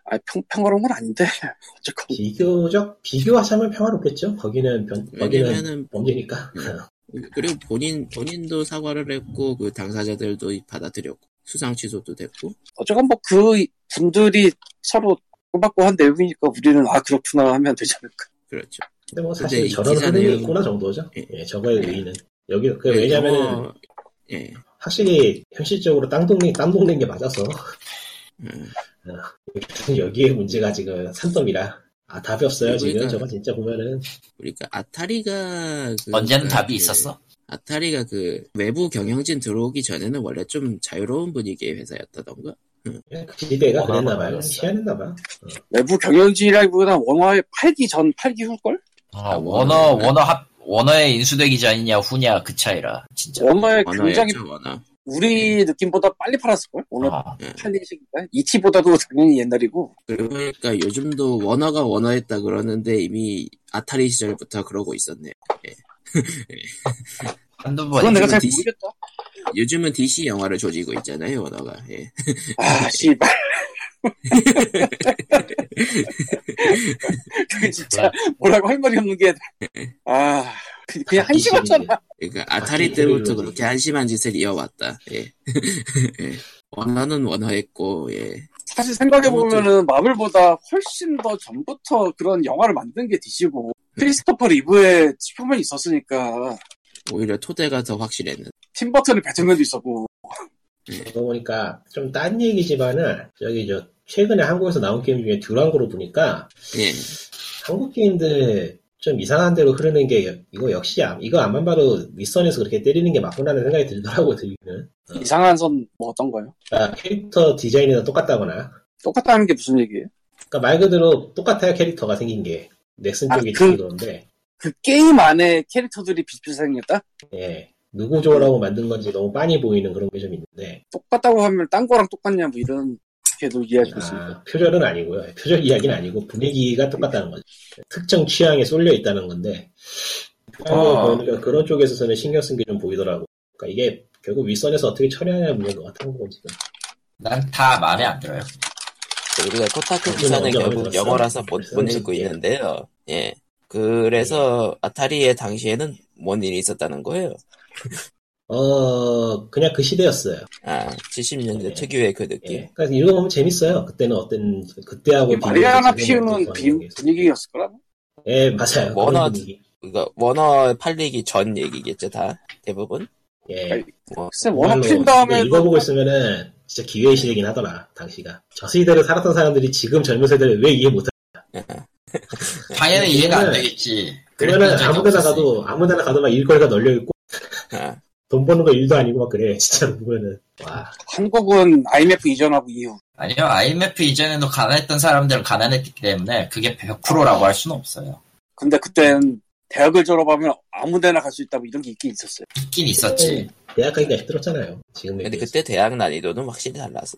아 평평한 건 아닌데 어쨌건 비교적 비교하자면 평화롭겠죠. 거기는 변, 거기는 왜냐면은 범죄니까. 음. 그리고 본인 본인도 사과를 했고 그 당사자들도 받아들였고 수상 취소도 됐고 어쨌건 뭐 그 분들이 서로 꼬박고 한 내용이니까 우리는 아 그렇구나 하면 되지 않을까. 그렇죠. 근데 뭐 근데 사실 이 저런 기사는- 흐름이 있구나 정도죠. 예. 예, 저거의 예. 의의는 여기 그 예, 왜냐면은 영어- 예. 확실히 현실적으로 땅 동네 땅 동네인 게 맞아서 음. 여기에 문제가 지금 산더미라. 아 답이 없어요 지금 그러니까요. 저거 진짜 보면은 그러니까 아타리가 그- 언제는 답이 그- 있었어? 아타리가 그 외부 경영진 들어오기 전에는 원래 좀 자유로운 분위기의 회사였다던가 그 시대가 워낙 그랬나 봐요. 그랬어요. 희한했나 봐. 외부 경영진이라기보다 원화의 8기 전 8기 후 걸? 아, 아, 원어 원어는- 원어 합 원어에 인수되기 전이냐 후냐 그 차이라 진짜. 원화의 굉장히 원어였죠 원어. 우리 느낌보다 빨리 팔았을 걸? 오늘 어. 팔리시니까 이티보다도 당연히 옛날이고 그러니까 요즘도 원어가 원어했다 그러는데 이미 아타리 시절부터 그러고 있었네요. 한두 번. 그건 내가 잘 디스- 모르겠다. 요즘은 DC 영화를 조지고 있잖아요 원어가. 예. 아, 씨발. 그 진짜 뭐라고 할 말이 없는 게, 아, 그- 그냥 한심하잖아. 그러니까 아타리 때부터 그렇게 한심한 짓을 이어왔다. 예. 예. 원어는 원어했고 예. 사실 생각해보면은 마블보다 훨씬 더 전부터 그런 영화를 만든 게 DC고, 크리스토퍼 리브의 슈퍼맨이 있었으니까, 오히려 토대가 더 확실했는. 팀버튼의 배트맨도 있었고, 그러고 보니까 좀 딴 얘기지만은 저기 저 최근에 한국에서 나온 게임 중에 듀랑고로 보니까 예. 한국 게임들 좀 이상한 대로 흐르는 게 여- 이거 역시 암- 이거 안만 봐도 윗선에서 그렇게 때리는 게 맞구나라는 생각이 들더라고 들기는 이상한 선 뭐 어떤 거예요? 그러니까 캐릭터 디자인이나 똑같다거나 똑같다는 게 무슨 얘기예요? 그러니까 말 그대로 똑같아요 캐릭터가 생긴 게 넥슨 아, 쪽이 그- 그런데 그 게임 안에 캐릭터들이 비슷비슷하게 생겼다? 예 누구 좋으라고 만든 건지 너무 빤히 보이는 그런 게 좀 있는데 똑같다고 하면 딴 거랑 똑같냐, 뭐 이런, 게도 이해할 수 있습니다. 아, 표절은 아니고요 표절 이야기는 아니고 분위기가 똑같다는 거죠 특정 취향에 쏠려 있다는 건데 아. 보이는 게 그런 쪽에서는 신경 쓴 게 좀 보이더라고 그러니까 이게 결국 윗선에서 어떻게 처리하냐 문제인 것 같은 거고 지금 난 다 마음에 안 들어요. 우리가 코타쿠 그건 기사는 언제 결국 만들었어? 영어라서 못, 못 그래서 읽고 이제- 있는데요. 예. 그래서 아타리의 당시에는 뭔 일이 있었다는 거예요. 어, 그냥 그 시대였어요. 아, 70년대 특유의 그 느낌. 예. 그러니까 읽어보면 재밌어요. 그때는 어땠, 그때하고. 예, 마리아 하나 비교해서 피우는 재밌는 빈- 거예요. 분위기였을 거라면 예, 맞아요. 워낙- 그런 분위기. 그거 그러니까 원어 팔리기 전 얘기겠죠 다 대부분. 예. 글쎄 워낙 정말로 핀 다음에 근데 읽어보고 있으면은 진짜 기회의 시대긴 하더라, 당시가. 저 시대를 살았던 사람들이 지금 젊은 세대를 왜 이해 못하 당연히 이해가 안 그거는- 되겠지. 그러면은 아무 데나 가도, 아무 데나 가도 막 일거리가 널려있고, 아, 돈 버는 거 일도 아니고 막 그래, 진짜 보면은. 와. 한국은 IMF 이전하고 이후 아니요, IMF 이전에도 가난했던 사람들은 가난했기 때문에 그게 100%라고 할 수는 없어요. 근데 그땐 대학을 졸업하면 아무데나 갈 수 있다 뭐 이런 게 있긴 있었어요. 있긴 있었지. 대학 가기가 힘들었잖아요. 지금 근데 그때 대학 난이도는 확실히 달랐어.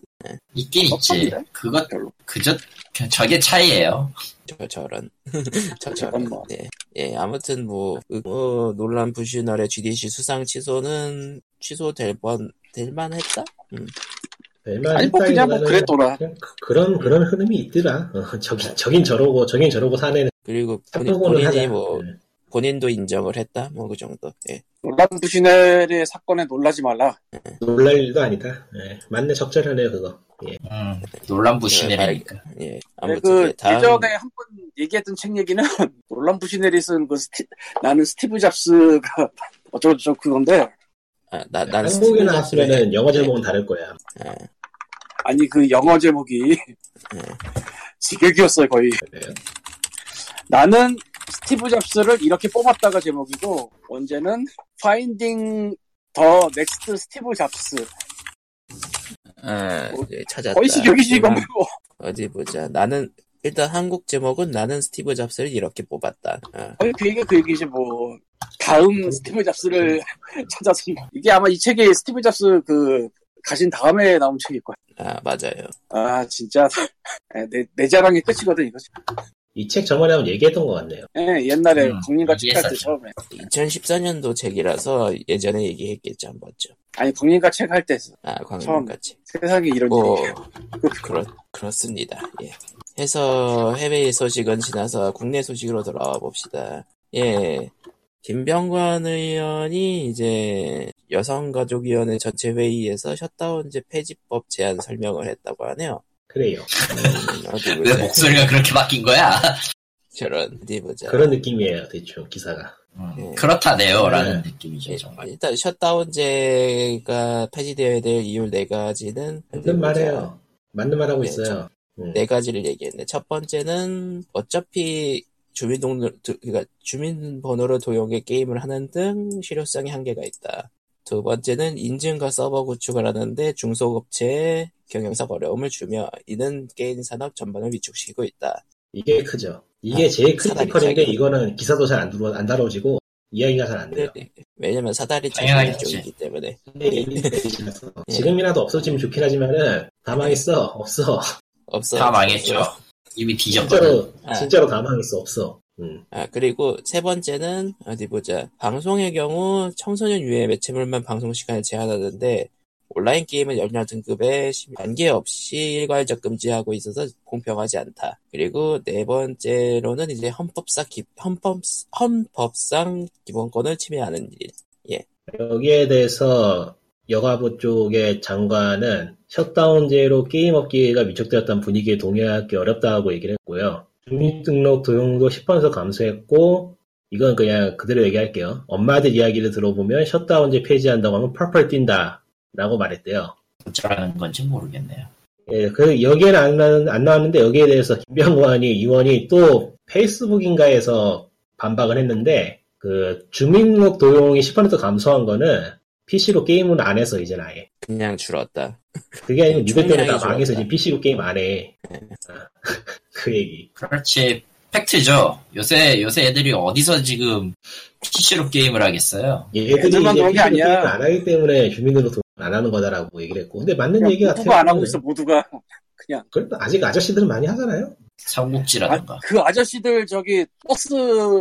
있긴 어, 있지. 없었는데? 그것, 별로. 그저, 저게 차이예요 저 저런 저 그건 저런. 뭐. 네. 예, 아무튼 뭐, 그, 뭐 논란 부시널의 GDC 수상 취소는 취소될 뻔 될만했다. 아니 뭐 그냥 뭐 그랬더라. 그런, 그런 흐름이 있더라. 어, 저긴, 저긴 저러고, 저긴 저러고 사내는 그리고 본인, 참고는 본인이 하자. 뭐 음. 본인도 인정을 했다. 뭐 그 정도. 예. 논란 부시넬의 사건에 놀라지 말라. 놀랄 일도 아니다. 예, 맞네, 적절하네요, 그거. 예. 음, 논란 부시네라니까. 예. 근데 아무튼 그 예, 다음 예전에 한 번 얘기했던 책 얘기는 놀란 부시넬이 쓴 그 스티, 나는 스티브 잡스가 어쩌고저쩌고 그건데 아, 나, 난 한국에 스티븐 나왔으면은 잡스의- 영어 제목은 다를 거야. 아니 그 영어 제목이 네. 지극이었어요 거의. 그래요? 나는 스티브 잡스를 이렇게 뽑았다가 제목이고 언제는 Finding the Next Steve Jobs 아, 예, 찾았다. 거의 시적이지 이건 음, 뭐 어디 보자. 나는 일단 한국 제목은 나는 스티브 잡스를 이렇게 뽑았다. 아, 거의 그 얘기 그 얘기지 뭐 네. 다음 스티브 잡스를 찾아서 이게 아마 이 책이 스티브 잡스 그 가신 다음에 나온 책일 거야. 아, 맞아요. 아 진짜 네, 내, 내 자랑이 끝이거든 이거. 이 책 저번에 한번 얘기했던 것 같네요. 예, 옛날에 음, 국민과 책할 때 이해했었죠. 처음에 2014년도 책이라서 예전에 얘기했겠죠 한 번쯤. 아니 국민과 책할 때 아, 광명 처음. 같이. 세상에 이런 어. 뭐 일이 그렇 그렇습니다. 예. 해서 해외 소식은 지나서 국내 소식으로 돌아와 봅시다. 예. 김병관 의원이 이제 여성가족위원회 전체 회의에서 셧다운제 폐지법 제안 설명을 했다고 하네요. 그래요. 음, 어디 왜 보자. 네. 목소리가 그렇게 바뀐 거야? 저런 어디 보자. 예. 그런 느낌이에요, 대충, 기사가. 음, 네. 그렇다네요. 라는 예, 느낌이죠, 정말. 일단 셧다운제가 폐지되어야 될 이유 네 가지는 어디 맞는 보자. 말이에요. 맞는 말하고 네, 있어요. 음. 네 가지를 얘기했는데 첫 번째는 어차피 주민등록 그러니까 주민번호로 도용해 게임을 하는 등 실효성의 한계가 있다. 두 번째는 인증과 서버 구축을 하는데 중소업체의 경영상 어려움을 주며 이는 게임 산업 전반을 위축시키고 있다. 이게 크죠. 이게 제일 사다리 크리티컬인데, 아, 차기. 이거는 기사도 잘 안 들어, 안 다뤄지고, 이야기가 잘 안 돼요. 네, 왜냐면 사다리 차기 당연하겠지. 쪽이기 때문에 근데 이미 지났어. 네. 지금이라도 없어지면 좋긴 하지만은, 다 망했어, 없어. 없어. 다 망했죠. 이미 뒤졌거든. 네. 진짜로, 아. 진짜로 다 망했어, 없어. 음. 아, 그리고 세 번째는, 어디 보자. 방송의 경우 청소년 유해 매체물만 방송 시간을 제한하는데, 온라인 게임은 연령 등급에 관계 없이 일괄적 금지하고 있어서 공평하지 않다. 그리고 네 번째로는 이제 헌법상, 기, 헌법, 헌법상 기본권을 침해하는 일. 여기에 대해서, 여가부 쪽의 장관은 셧다운제로 게임업계가 위축되었다는 분위기에 동의하기 어렵다고 얘기를 했고요. 주민등록 도용도 10% 감소했고, 이건 그냥 그대로 얘기할게요. 엄마들 이야기를 들어보면 셧다운제 폐지한다고 하면 펄펄 뛴다. 라고 말했대요. 어쩌라는 건지 모르겠네요. 예, 그, 여기에는 안, 나- 안 나왔는데, 여기에 대해서 김병관이, 의원이 또 페이스북인가에서 반박을 했는데, 그, 주민등록 도용이 10% 감소한 거는 PC로 게임을 안 해서 이제 아예. 그냥 줄었다. 그게 아니고 니들 때문에 다 총량이 망해서 줄었다. 지금 PC로 게임 안 해. 네. 아, 그 얘기. 그렇지. 팩트죠. 요새, 요새 애들이 어디서 지금 PC로 게임을 하겠어요? 얘들이 이제 애들만 그런 게 PC로 아니야. 게임을 안 하기 때문에 주민등록 도용 안 하는 거다라고 얘기를 했고. 근데 맞는 얘기 그냥 같아요. 모두가 안 하고 있어 모두가 그냥 그래도 아직 아저씨들은 많이 하잖아요. 아, 삼국지라든가. 그 아저씨들 저기 버스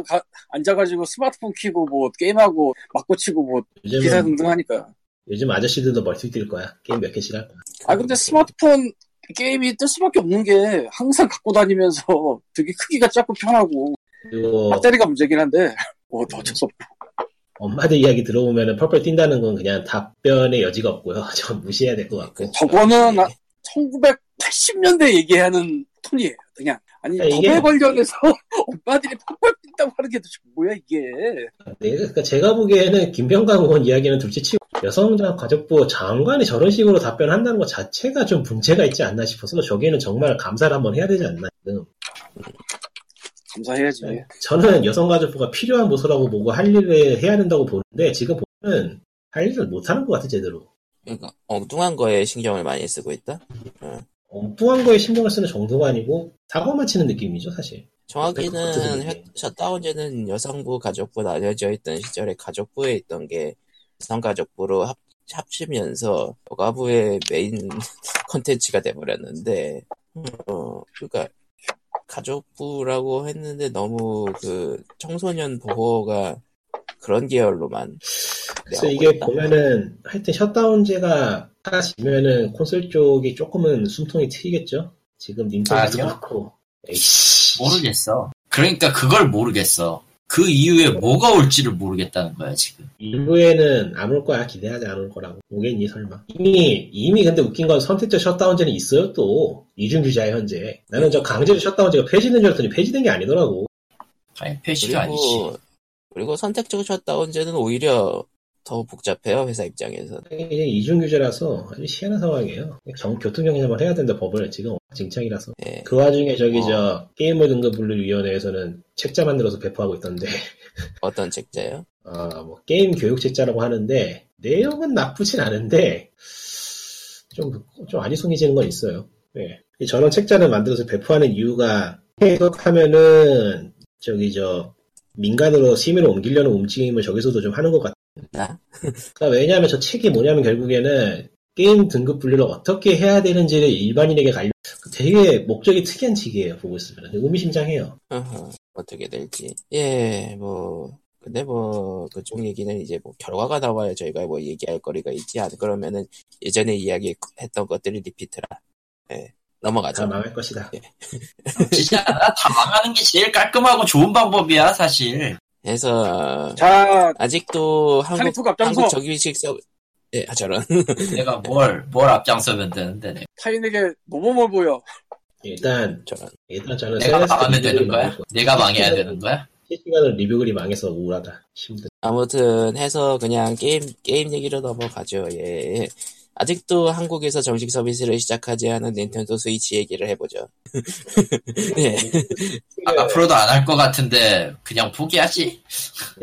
가, 앉아가지고 스마트폰 키고 뭐 게임하고 막고 치고 뭐 기사 요즘은, 등등 하니까 요즘 아저씨들도 멀티 뛸 거야. 게임 몇 개씩 할 거야. 아 근데 스마트폰 게임이 뜰 수밖에 없는 게 항상 갖고 다니면서 되게 크기가 작고 편하고 그리고 배터리가 문제긴 한데 뭐더 어쩔 어, 수 없고 엄마들 이야기 들어보면은 펄펄 뛴다는 건 그냥 답변의 여지가 없고요. 전 무시해야 될 것 그, 같고. 저거는 1980년대 얘기하는 톤이에요. 그냥 아니 그러니까 법에 이게- 관련해서 엄마들이 팍팍 뛴다고 하는 게 도대체 뭐야 이게? 네, 그러니까 제가 보기에는 김병관 의원 이야기는 둘째 치고 여성장 가족부 장관이 저런 식으로 답변한다는 것 자체가 좀 문제가 있지 않나 싶어서 저기에는 정말 감사를 한번 해야 되지 않나. 지금. 감사해야지. 네. 저는 여성가족부가 필요한 모습이라고 보고 할 일을 해야 된다고 보는데 지금 보면 할 일을 못하는 것 같아 제대로. 그러니까 엉뚱한 거에 신경을 많이 쓰고 있다. 엉뚱한 거에 신경을 쓰는 정도가 아니고 사고만 치는 느낌이죠 사실. 네, 그것도 정확히는 되게. 혀- 셧다운제는 여성부 가족부 나뉘어져 있던 시절에 가족부에 있던 게 여성가족부로 합, 합치면서 여가부의 메인 컨텐츠가 돼버렸는데 어 그러니까 가족부라고 했는데 너무 그 청소년 보호가 그런 계열로만 그래서 내하고 이게 있다. 보면은 하여튼 셧다운제가 사라지면은 콘솔 쪽이 조금은 숨통이 트이겠죠. 지금 닌텐도도 아니요. 그렇고. 에이씨. 모르겠어. 그러니까 그걸 모르겠어. 그 이후에 뭐가 올지를 모르겠다는 거야 지금. 일부에는 안 올 거야 기대하지 않을 거라고 오겠니 설마 이미 이미 근데 웃긴 건 선택적 셧다운제는 있어요 또 이중 규제야 현재 나는 저 강제로 셧다운제가 폐지된 줄 알았더니 폐지된 게 아니더라고 아니 폐지가 아니지. 그리고 그리고 선택적 셧다운제는 오히려 더 복잡해요 회사 입장에서 이게 이중 규제라서 아주 시한한 상황이에요 정 교통정리만 해야 된다 법을 지금 징창이라서 예. 그 와중에 저기 어. 저 게임을 등급 분류 위원회에서는 책자 만들어서 배포하고 있던데 어떤 책자요? 아, 뭐 게임 교육 책자라고 하는데 내용은 나쁘진 않은데 좀 좀 아리송해지는 건 있어요. 네. 이 저런 책자를 만들어서 배포하는 이유가 해석하면은 저기 저 민간으로 시민을 옮기려는 움직임을 저기서도 좀 하는 것 같아. 나? 그러니까 왜냐하면 저 책이 뭐냐면 결국에는 게임 등급 분류를 어떻게 해야 되는지를 일반인에게 알려. 그 되게 목적이 특이한 책이에요. 보고 있으면 의미심장해요. 어허, 어떻게 될지. 예, 뭐, 근데 뭐, 그쪽 얘기는 이제 뭐, 결과가 나와야 저희가 뭐 얘기할 거리가 있지. 안 그러면은 예전에 이야기했던 것들이 리피트라. 예, 다 넘어가죠. 망할 것이다. 진짜 다 망하는 게 제일 깔끔하고 좋은 방법이야 사실. 그래서, 자 아직도 한국, 탈리프가 앞장서 한국 적의식 썩, 예, 아, 저런. 내가 뭘 뭘 앞장서면 되는데 내가. 타인에게 너무 보여. 일단 저런. 일단 저는 내가 셀레스테 망하면 리뷰를 되는 만들 거야? 거예요. 내가 망해야 되는 거야? 실시간으로 리뷰글이 망해서 우울하다. 힘들. 아무튼 해서 그냥 게임, 게임 얘기로 넘어가죠. 예, 예. 아직도 한국에서 정식 서비스를 시작하지 않은 닌텐도 스위치 얘기를 해보죠. 예. 아, 앞으로도 안 할 것 같은데 그냥 포기하지?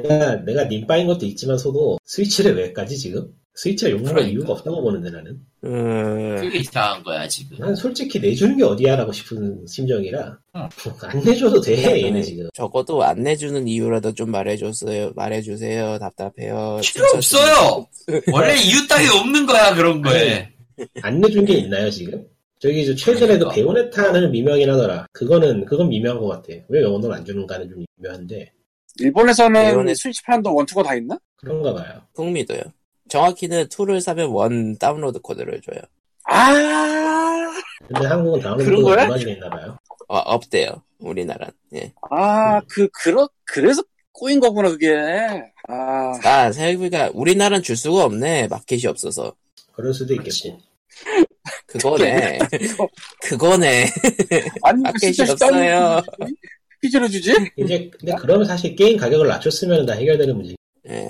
내가 내가 님빠인 것도 있지만서도 스위치를 왜까지 지금? 스위치가 욕먹을 그러니까. 이유가 없다고 보는데 나는. 음, 그게 이상한 거야 지금. 난 솔직히 내주는 게 어디야라고 싶은 심정이라 뭐, 응. 안 내줘도 돼 얘네 네. 지금. 적어도 안 내주는 이유라도 좀 말해줬어요. 말해주세요. 답답해요. 필요 없어요. 원래 이유 따위 없는 거야 그런 거에. 안 내준 게 있나요 지금? 저기 저 최근에도 그러니까. 베오네타는 미명이 나더라. 그거는 그건 미묘한 것 같아. 왜 영어는 안 주는가는 좀 미묘한데 일본에서는 일본에- 스위치판도 원투가 다 있나? 그런가 봐요. 북미도요. 정확히는 2를 사면 원 다운로드 코드를 줘요. 아, 근데 한국은 다운로드 그런 거야? 무관리가 있나 봐요. 어, 없대요. 우리나란. 예. 아, 그, 그러, 그래서 꼬인 거구나, 그게. 아, 아, 생각해보니까 우리나란 줄 수가 없네. 마켓이 없어서. 그럴 수도 있겠고. 그거네. 그거네. 아니, 마켓이 진짜 없어요. 퀴즈로 주지? 이제 근데 그러면 사실 게임 가격을 낮췄으면 다 해결되는 문제. 예.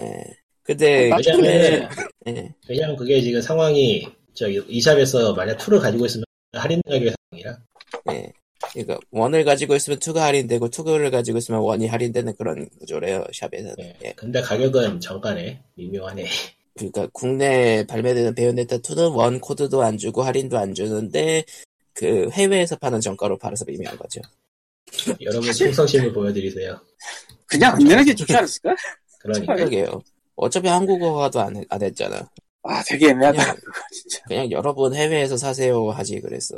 근데, 어, 왜냐면은 그래. 예. 왜냐면 그게 지금 상황이 저기 이샵에서 만약 2를 가지고 있으면 할인 가격의 상황이라 예. 그러니까 원을 가지고 있으면 2가 할인되고 2를 가지고 있으면 원이 할인되는 그런 구조래요. 샵에서는. 네. 예. 근데 가격은 정가네 미묘하네 그러니까 국내 발매되는 베요네타 2는 원 코드도 안 주고 할인도 안 주는데 그 해외에서 파는 정가로 팔아서 미미한 거죠. 여러분 충성심을 보여드리세요 그냥 네. 안 내는 게 좋지 않았을까? 그러니까 그러게요. 어차피 한국어화도 안, 했- 안 했잖아. 아, 되게 애매하다. 그냥, 그냥 여러분 해외에서 사세요 하지 그랬어.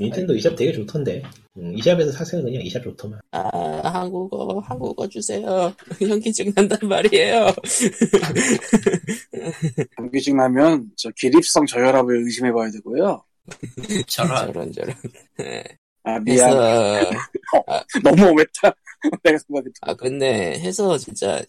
닌텐도 이샵 되게 좋던데 음, 이샵에서 사세요 그냥 이샵 좋더만 아 한국어 한국어 주세요. 현기증 난단 말이에요. 경기직 나면 저 기립성 저혈압을 의심해봐야 되고요. 네. 저런 저런 저런. 예. 아, 미안. 그래서 너무 오했다 내가 생각했던. 아 근데 해서 진짜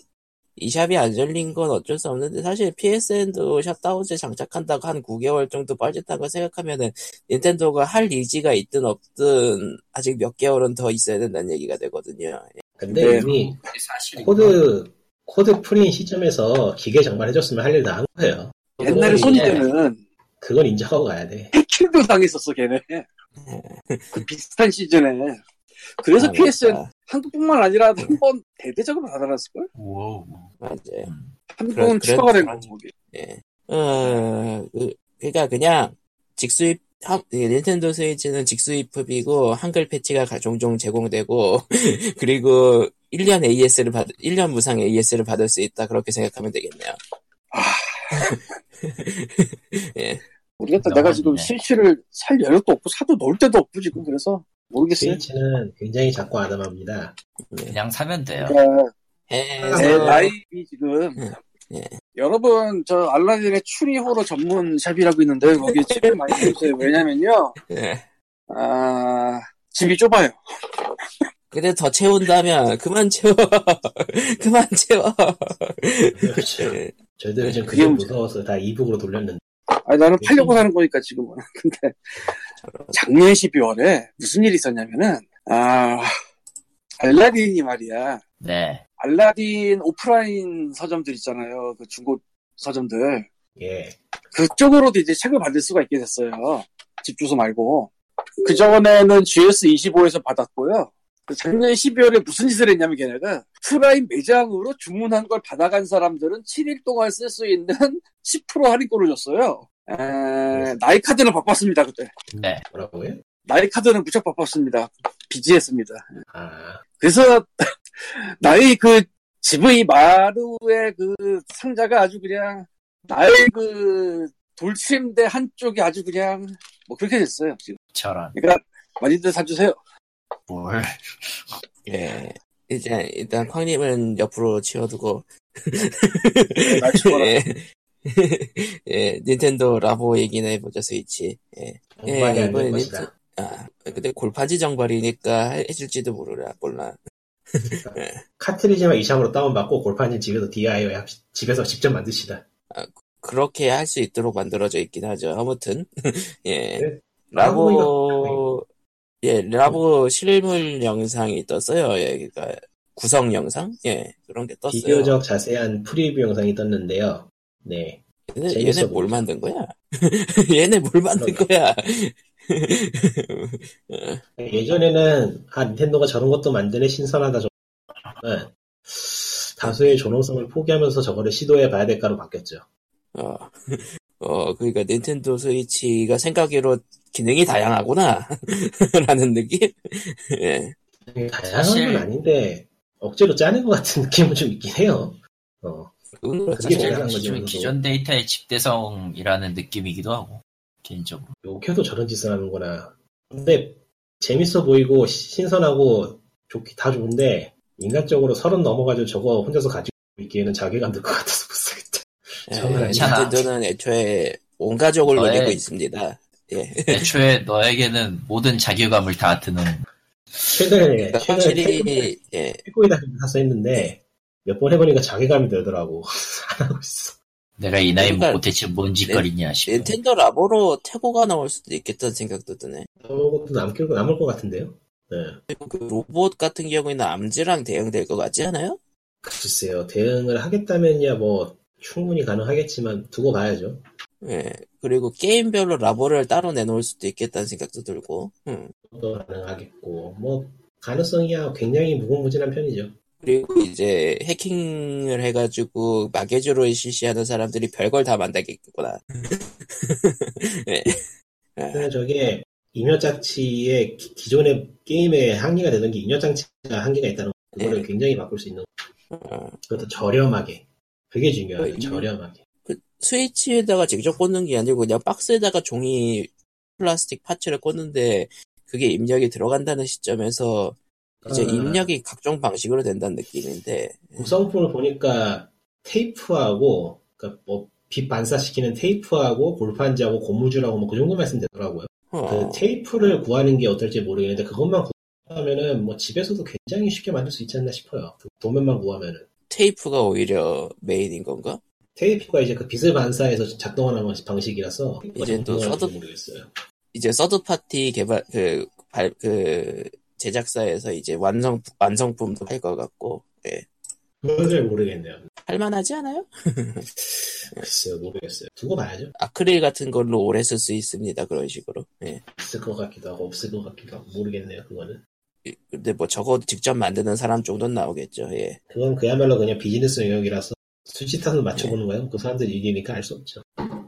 이 샵이 안 열린 건 어쩔 수 없는데 사실 PSN도 샵다운제 장착한다고 한 9개월 정도 빠졌다고 생각하면은 닌텐도가 할 의지가 있든 없든 아직 몇 개월은 더 있어야 된다는 얘기가 되거든요. 근데 네. 이미 뭐, 사실 그러니까. 코드 코드 프린 시점에서 기계 정말 해줬으면 할 일 다 한 거예요. 그거는 옛날에 네. 소니 이제 때는 그건 인정하고 가야 돼. 해킹도 당했었어 걔네. 그 비슷한 시즌에. 그래서 아, PSN 맞다. 한국뿐만 아니라 한 번 대대적으로 받아놨을 걸? 와우. 맞아요. 한 그래, 번 그래, 추가가 된 맞아. 거고. 거기. 예. 어, 그, 그니까 그냥 직수입, 하- 예, 닌텐도 스위치는 직수입품이고, 한글 패치가 가- 종종 제공되고, 그리고 1년 AS를 받, 1년 무상 AS를 받을 수 있다. 그렇게 생각하면 되겠네요. 모르겠다. 너무 내가 지금 많네. 스위치를 살 여력도 없고 사도 넣을 데도 없고 지금 그래서 모르겠어요. 스위치는 굉장히 작고 아담합니다. 그냥 사면 돼요. 그러니까 해서, 내 나이이 지금 예. 예. 여러분 저 알라딘의 추리 호러 전문 샵이라고 있는데 거기 집에 많이 있어요. 왜냐면요. 예. 아 집이 좁아요. 근데 더 채운다면, 그만 채워. 그만 채워. 예. 저희들은 지금 그게 그게 문제야. 무서워서 다 이북으로 돌렸는데 아니 나는 팔려고 사는 거니까 지금은. 근데 작년 12월에 무슨 일이 있었냐면은 아 알라딘이 말이야. 네. 알라딘 오프라인 서점들 있잖아요. 그 중고 서점들. 예 그쪽으로도 이제 책을 받을 수가 있게 됐어요. 집 주소 말고. 그 전에는 GS25에서 받았고요. 그 작년 12월에 무슨 짓을 했냐면 걔네가 프라임 매장으로 주문한 걸 받아간 사람들은 7일 동안 쓸 수 있는 10% 할인권을 줬어요. 에, 나이 카드는 바빴습니다, 그때. 네. 뭐라고요? 나이 카드는 무척 바빴습니다. 비지했습니다. 아 그래서 나의 그 집의 마루의 그 상자가 아주 그냥 나의 그 돌침대 한쪽이 아주 그냥 뭐 그렇게 됐어요 지금. 저런. 그러니까 많이들 사주세요. 뭘. 예. 이제, 일단, 쾅님은 옆으로 치워두고, 날 죽어라. 예. 예, 닌텐도 라보 얘기나 해보자, 스위치. 예. 공부하지 예, 않는 이번에 것이다. 아, 근데 골판지 정발이니까 해- 해줄지도 모르라, 몰라. 카트리지만 이참으로 다운받고 골판은 집에서 DIY 합시, 집에서 직접 만드시다. 그렇게 할 수 있도록 만들어져 있긴 하죠. 아무튼, 예. 네. 라보, 예, 라보 실물 영상이 떴어요. 예, 그니까, 구성 영상? 예, 그런 게 떴어요. 비교적 자세한 프리뷰 영상이 떴는데요. 네 얘네, 재밌어 얘네 뭘 보이죠. 그러니까. 만든 거야? 얘네 뭘 만든 거야? 예전에는 아 닌텐도가 저런 것도 만드네 신선하다 저는 다수의 존엄성을 포기하면서 저거를 시도해 봐야 될까로 바뀌었죠. 어, 어, 그러니까 닌텐도 스위치가 생각으로 기능이 다양하구나 라는 느낌. 예, 다양한 네, 사실- 건 아닌데 억지로 짜는 것 같은 느낌은 좀 있긴 해요. 어, 그건 그렇죠. 그게 사실 대단한 거죠, 기존, 그거. 기존 데이터의 집대성이라는 느낌이기도 하고 개인적으로. 욕해도 저런 짓을 하는구나. 근데 재밌어 보이고 시- 신선하고 좋기 다 좋은데 인간적으로 서른 넘어가지고 저거 혼자서 가지고 있기에는 자괴감 들 것 같아서 못 쓰겠다. 저는 예, 괜찮아. 닌텐도는 애초에 온 가족을 너의- 노리고 네, 있습니다. 예, 애초에 너에게는 모든 자괴감을 다 드는 최근에 그러니까 최근에 확실히 예, 피고이다 사서 했는데 몇 번 해보니까 자괴감이 들더라고. 안 하고 있어. 내가 이 나이 그러니까 먹고 대체 뭔 짓거리냐 싶어. 닌텐도 라보로 태고가 나올 수도 있겠다는 생각도 드네. 아무것도 남길 거 남을 것 같은데요. 네. 그리고 그 로봇 같은 경우에는 암지랑 대응될 것 같지 않아요? 글쎄요 대응을 하겠다면야 뭐 충분히 가능하겠지만 두고 봐야죠. 예, 그리고 게임별로 라보를 따로 내놓을 수도 있겠다는 생각도 들고. 음. 또 가능하겠고 뭐 가능성이야 굉장히 무궁무진한 편이죠. 그리고 이제 해킹을 해가지고 마개주로 실시하는 사람들이 별걸 다 만들겠구나. 근데 저게 인여장치의 기- 기존의 게임에 한계가 되던 게 인여장치가 한계가 있다는 거. 그거를 굉장히 바꿀 수 있는 네. 어, 그것도 저렴하게 그게 중요해요 어, 이- 저렴하게 스위치에다가 직접 꽂는 게 아니고 그냥 박스에다가 종이 플라스틱 파츠를 꽂는데 그게 입력이 들어간다는 시점에서 이제 아. 입력이 각종 방식으로 된다는 느낌인데 구성품을 보니까 테이프하고 그러니까 뭐빛 반사시키는 테이프하고 골판지하고 고무줄하고 뭐 그 정도 말씀 되더라고요 어, 그 테이프를 구하는 게 어떨지 모르겠는데 그것만 그 구하면은 뭐 집에서도 굉장히 쉽게 만들 수 있지 않나 싶어요 도면만 구하면은 테이프가 오히려 메인인 건가? 테이프가 이제 그 빛을 반사해서 작동하는 방식이라서 이제 또 작동하는지 서드- 모르겠어요. 이제 서드 파티 개발 그, 발, 그 제작사에서 이제 완성 완성품도 할 것 같고 예. 그건 잘 모르겠네요. 할만하지 않아요? 글쎄요, 모르겠어요. 두고 봐야죠. 아크릴 같은 걸로 오래 쓸 수 있습니다 그런 식으로. 예. 있을 것 같기도 하고 없을 것 같기도 하고 모르겠네요. 그거는 근데 뭐 저거 직접 만드는 사람 정도는 나오겠죠. 예. 그건 그야말로 그냥 비즈니스 영역이라서 수치탄을 맞춰보는 거예요. 그 사람들 일이니까 알 수 없죠.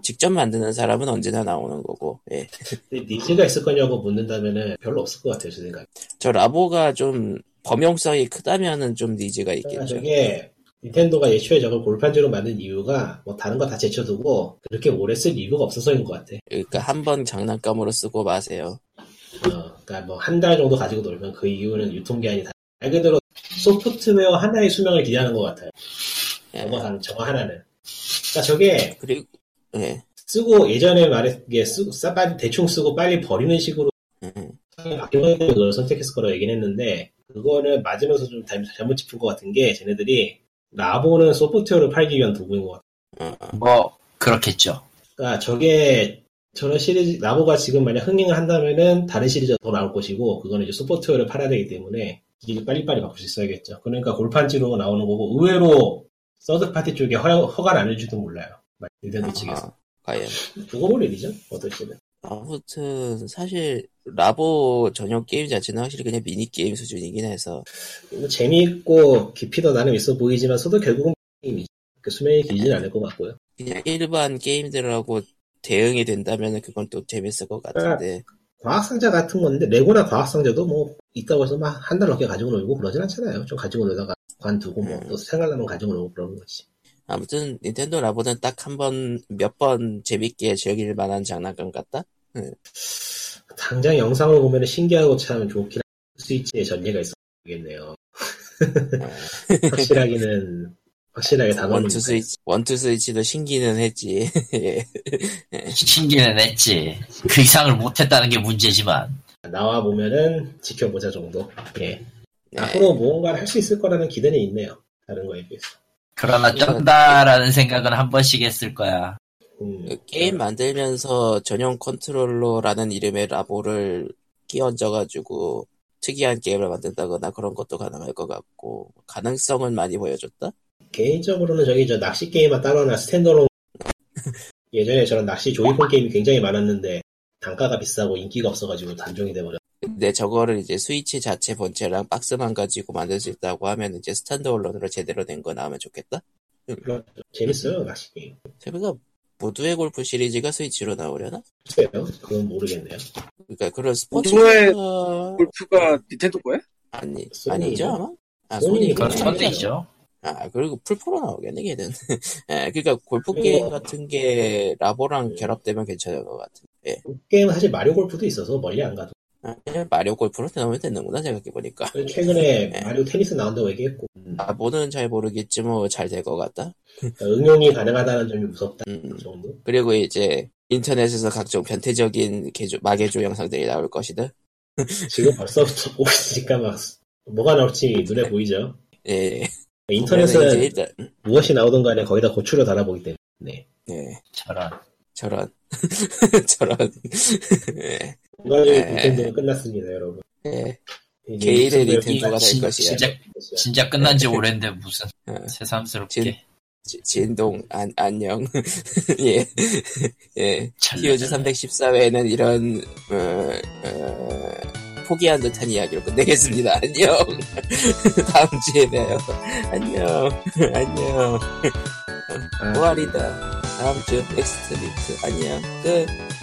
직접 만드는 사람은 언제나 나오는 거고. 예. 근데 니즈가 있을 거냐고 묻는다면은 별로 없을 것 같아요, 제 생각. 저 라보가 좀 범용성이 크다면은 좀 니즈가 그러니까 있겠죠. 저게 닌텐도가 예초에 저걸 골판지로 만든 이유가 뭐 다른 거 다 제쳐두고 그렇게 오래 쓸 이유가 없어서인 것 같아. 그러니까 한 번 장난감으로 쓰고 마세요. 어, 그러니까 뭐 한 달 정도 가지고 놀면 그 이유는 유통기한이 다. 말 그대로 소프트웨어 하나의 수명을 기대하는 것 같아요. 예. 저거, 한- 저거 하나는. 그러니까 저게 그리고 예. 쓰고 예전에 말했 게 쓰고 싸- 빨리 대충 쓰고 빨리 버리는 식으로 음. 바뀌는 걸 선택했을 거라고 얘기는 했는데 그거를 맞으면서 좀 잘못, 잘못 짚은 것 같은 게 쟤네들이 라보는 소프트웨어를 팔기 위한 도구인 것 같아요. 어, 뭐 그렇겠죠. 그러니까 저게 저런 시리즈 라보가 지금 만약 흥행을 한다면은 다른 시리즈가 더 나올 것이고 그거는 이제 소프트웨어를 팔아야 되기 때문에 이게 빨리빨리 바꿀 수 있어야겠죠. 그러니까 골판지로 나오는 거고 의외로 서드파티 쪽에 허, 가를안 해줄지도 몰라요. 닌텐도 측에서. 아, 과연. 그거 볼 일이죠? 어떨지는. 아무튼 사실 라보 전용 게임 자체는 확실히 그냥 미니 게임 수준이긴 해서 뭐 재미있고 깊이도 나름 있어 보이지만 서도 결국은 게임이죠. 그 수명이 길지는 않을 것 같고요. 그냥 일반 게임들하고 대응이 된다면 그건 또 재밌을 것 같은데 과학상자 같은 건데 레고나 과학상자도 뭐 있다고 해서 막 한 달 넘게 가지고 놀고 그러진 않잖아요. 좀 가지고 놀다가 관두고 뭐 또 생각나면 가지고 놀고 그러는 거지. 아무튼 닌텐도 라보는 딱 한 번 몇 번 재밌게 즐길 만한 장난감 같다. 당장 영상을 보면 신기하고 참 좋긴 한 스위치의 전례가 있었겠네요. 확실하기는 네, 확실하게 다가오는 원투 스위치 원투 스위치도 신기는 했지. 예. 신기는 했지. 그 이상을 못했다는 게 문제지만. 나와 보면은 지켜보자 정도. 예. 네. 앞으로 무언가를 할 수 있을 거라는 기대는 있네요. 다른 거에 비해서. 그러나 쩐다라는 생각은 한 번씩 했을 거야. 음, 그 게임 만들면서 전용 컨트롤러라는 이름의 라보를 끼얹어가지고 특이한 게임을 만든다거나 그런 것도 가능할 것 같고 가능성은 많이 보여줬다. 개인적으로는 저기 저 낚시 게임만 따로 하나 스탠더로 예전에 저런 낚시 조이콘 게임이 굉장히 많았는데 단가가 비싸고 인기가 없어가지고 단종이 돼버려. 근데 저거를 이제 스위치 자체 본체랑 박스만 가지고 만들 수 있다고 하면 이제 스탠드얼론으로 제대로 된 거 나오면 좋겠다. 재밌어요 낚시 게임. 제가 모두의 골프 시리즈가 스위치로 나오려나? 글쎄요, 그건 모르겠네요. 그러니까 그런 스포츠 모두의 가 골프가 닌텐도 거야? 아니 소니죠? 아니죠 아마? 아 소니 소니니까. 그런 그렇죠. 것도 있죠. 아, 그리고 풀프로 나오겠네, 걔는. 예, 그니까 골프 그리고- 게임 같은 게 음. 라보랑 결합되면 괜찮을 것 같아. 그 게임은 사실 마리오 골프도 있어서 멀리 안 가도. 아, 그냥 마리오 골프로 넣으면 되는구나, 생각해보니까. 최근에 네. 마리오 테니스 나온다고 얘기했고 라보는 잘 모르겠지, 뭐, 잘 될 것 같다. 그러니까 응용이 가능하다는 점이 무섭다 음. 그 정도. 그리고 이제, 인터넷에서 각종 변태적인 개조, 마개조 영상들이 나올 것이다. 지금 벌써부터 보고 있으니까 막 뭐가 나올지 네. 눈에 보이죠. 그러니까 예. 그러면 이제 인터넷은 일단, 음, 무엇이 나오든 간에 거의 다 고추를 달아보기 때문에. 네. 예. 저런. 저런. 저런. 예. 공간적인 네. 닌텐도는 끝났습니다, 여러분. 예. 이제 아, 게일의 닌텐도의 닌텐도가 될 진- 것이야. 진짜 진짜 끝난 지 오랜데 무슨 어, 네. 진- 새삼스럽게 지- 진동, 안, 안녕. 예. 예. 잘 히어즈 나가네. 314회에는 이런 어, 어, 포기한 듯한 이야기로 끝내겠습니다. 안녕. 다음 주에 봬요. 안녕. 안녕. 아, 고아리다. 다음 주 넥스트 리트. 안녕. 끝.